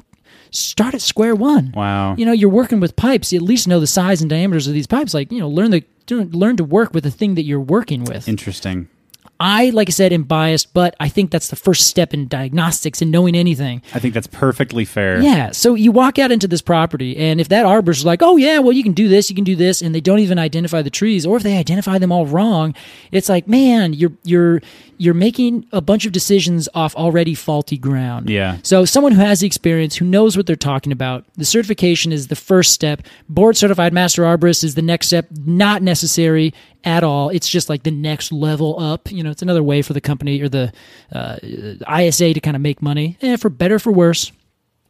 [SPEAKER 2] start at square one.
[SPEAKER 1] Wow.
[SPEAKER 2] You know, you're working with pipes. You at least know the size and diameters of these pipes. Like, you know, learn the to- learn to work with the thing that you're working with.
[SPEAKER 1] Interesting.
[SPEAKER 2] I, like I said, am biased, but I think that's the first step in diagnostics and knowing anything.
[SPEAKER 1] I think that's perfectly fair.
[SPEAKER 2] Yeah. So you walk out into this property, and if that arborist is like, oh, yeah, well, you can do this, you can do this, and they don't even identify the trees, or if they identify them all wrong, it's like, man, you're, you're, you're making a bunch of decisions off already faulty ground.
[SPEAKER 1] Yeah.
[SPEAKER 2] So someone who has the experience, who knows what they're talking about, the certification is the first step. Board certified master arborist is the next step, not necessary at all. It's just like the next level up. You know, it's another way for the company or the uh, ISA to kind of make money, eh, for better, for worse.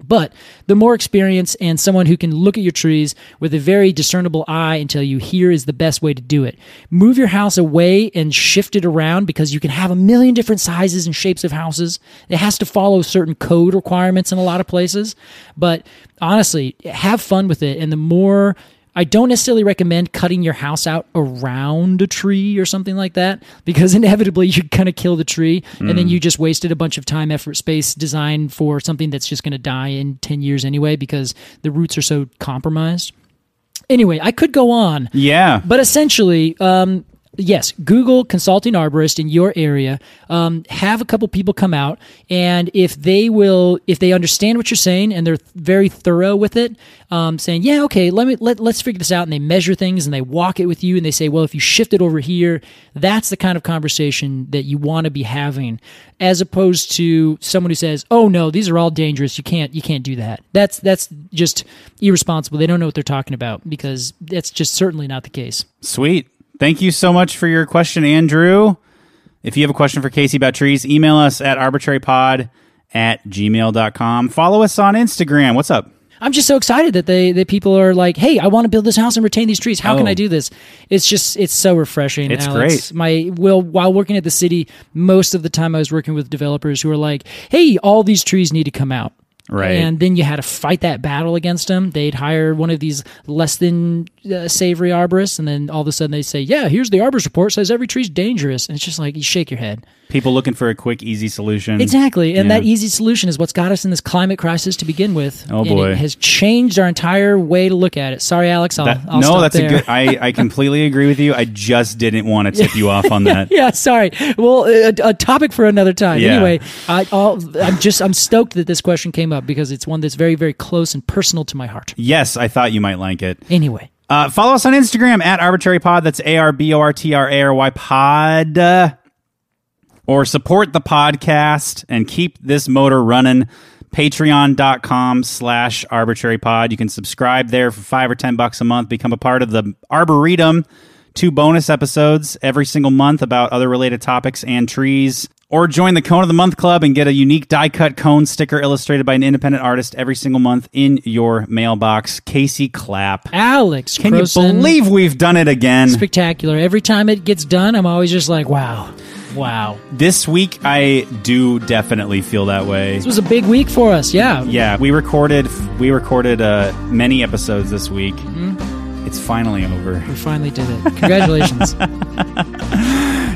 [SPEAKER 2] But the more experience and someone who can look at your trees with a very discernible eye and tell you here is the best way to do it. Move your house away and shift it around because you can have a million different sizes and shapes of houses. It has to follow certain code requirements in a lot of places. But honestly, have fun with it. And the more I don't necessarily recommend cutting your house out around a tree or something like that because *laughs* inevitably you're going to kill the tree and then you just wasted a bunch of time, effort, space, design for something that's just going to die in 10 years anyway because the roots are so compromised. Anyway, I could go on.
[SPEAKER 1] Yeah.
[SPEAKER 2] But essentially, um, yes, Google consulting arborist in your area. Um, have a couple people come out, and if they will, if they understand what you're saying and they're very thorough with it, um, saying, "Yeah, okay, let me let let's figure this out," and they measure things and they walk it with you, and they say, "Well, if you shift it over here, that's the kind of conversation that you want to be having," as opposed to someone who says, "Oh no, these are all dangerous. You can't you can't do that." That's that's just irresponsible. They don't know what they're talking about because that's just certainly not the case.
[SPEAKER 1] Sweet. Thank you so much for your question, Andrew. If you have a question for Casey about trees, email us at arbitrarypod at gmail.com. Follow us on Instagram. What's up?
[SPEAKER 2] I'm just so excited that they that people are like, "Hey, I want to build this house and retain these trees. How can
[SPEAKER 1] Oh.
[SPEAKER 2] I do this?" It's just it's so refreshing.
[SPEAKER 1] It's
[SPEAKER 2] Alex. My well, while working at the city, most of the time I was working with developers who are like, "Hey, all these trees need to come out."
[SPEAKER 1] Right.
[SPEAKER 2] And then you had to fight that battle against them. They'd hire one of these less than uh, savory arborists, and then all of a sudden they say, "Yeah, here's the arborist report says every tree's dangerous," and it's just like you shake your head.
[SPEAKER 1] People looking for a quick, easy solution.
[SPEAKER 2] Exactly. And
[SPEAKER 1] Mm. Yeah.
[SPEAKER 2] that easy solution is what's got us in this climate crisis to begin with.
[SPEAKER 1] Oh,
[SPEAKER 2] And
[SPEAKER 1] boy.
[SPEAKER 2] it has changed our entire way to look at it. Sorry, Alex. I'll,
[SPEAKER 1] That-
[SPEAKER 2] I'll
[SPEAKER 1] no,
[SPEAKER 2] stop
[SPEAKER 1] that's
[SPEAKER 2] there.
[SPEAKER 1] a good. I, I completely agree with you. I just didn't want to tip you off on that.
[SPEAKER 2] *laughs* *laughs* yeah, sorry. Well, a, a topic for another time.
[SPEAKER 1] Yeah.
[SPEAKER 2] Anyway, I, I'll, I'm just I'm stoked that this question came up because it's one that's very very close and personal to my heart.
[SPEAKER 1] Yes, I thought you might like it.
[SPEAKER 2] Anyway,
[SPEAKER 1] Uh, follow us on Instagram at Arbitrary Pod. That's A R B O R T R A R Y Pod. Uh, Or support the podcast and keep this motor running. Patreon.com slash arbitrary pod. You can subscribe there for five or ten bucks a month. Become a part of the Arboretum. Two bonus episodes every single month about other related topics and trees. Or join the Cone of the Month Club and get a unique die cut cone sticker illustrated by an independent artist every single month in your mailbox. Casey Clapp.
[SPEAKER 2] Alex,
[SPEAKER 1] Can you
[SPEAKER 2] Croson,
[SPEAKER 1] believe we've done it again?
[SPEAKER 2] spectacular? Every time it gets done, I'm always just like, wow, wow.
[SPEAKER 1] This week, I do definitely feel that way.
[SPEAKER 2] This was a big week for us. Yeah.
[SPEAKER 1] Yeah, we recorded we recorded uh, many episodes this week. It's finally over.
[SPEAKER 2] We finally did it. Congratulations.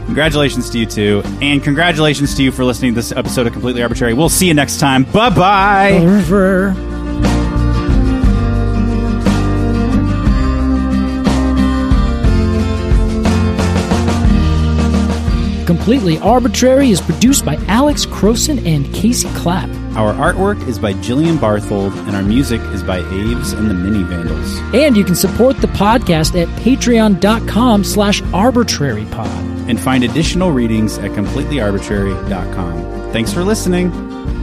[SPEAKER 1] Congratulations to you two, and congratulations to you for listening to this episode of Completely Arbitrary. We'll see you next time. Bye bye.
[SPEAKER 2] Over. Completely Arbitrary is produced by Alex Croson and Casey Clapp.
[SPEAKER 1] Our artwork is by Jillian Barthold, and our music is by Aves and the Mini Vandals.
[SPEAKER 2] And you can support the podcast at patreon.com slash arbitrarypod.
[SPEAKER 1] And find additional readings at CompletelyArbitrary.com. Thanks for listening.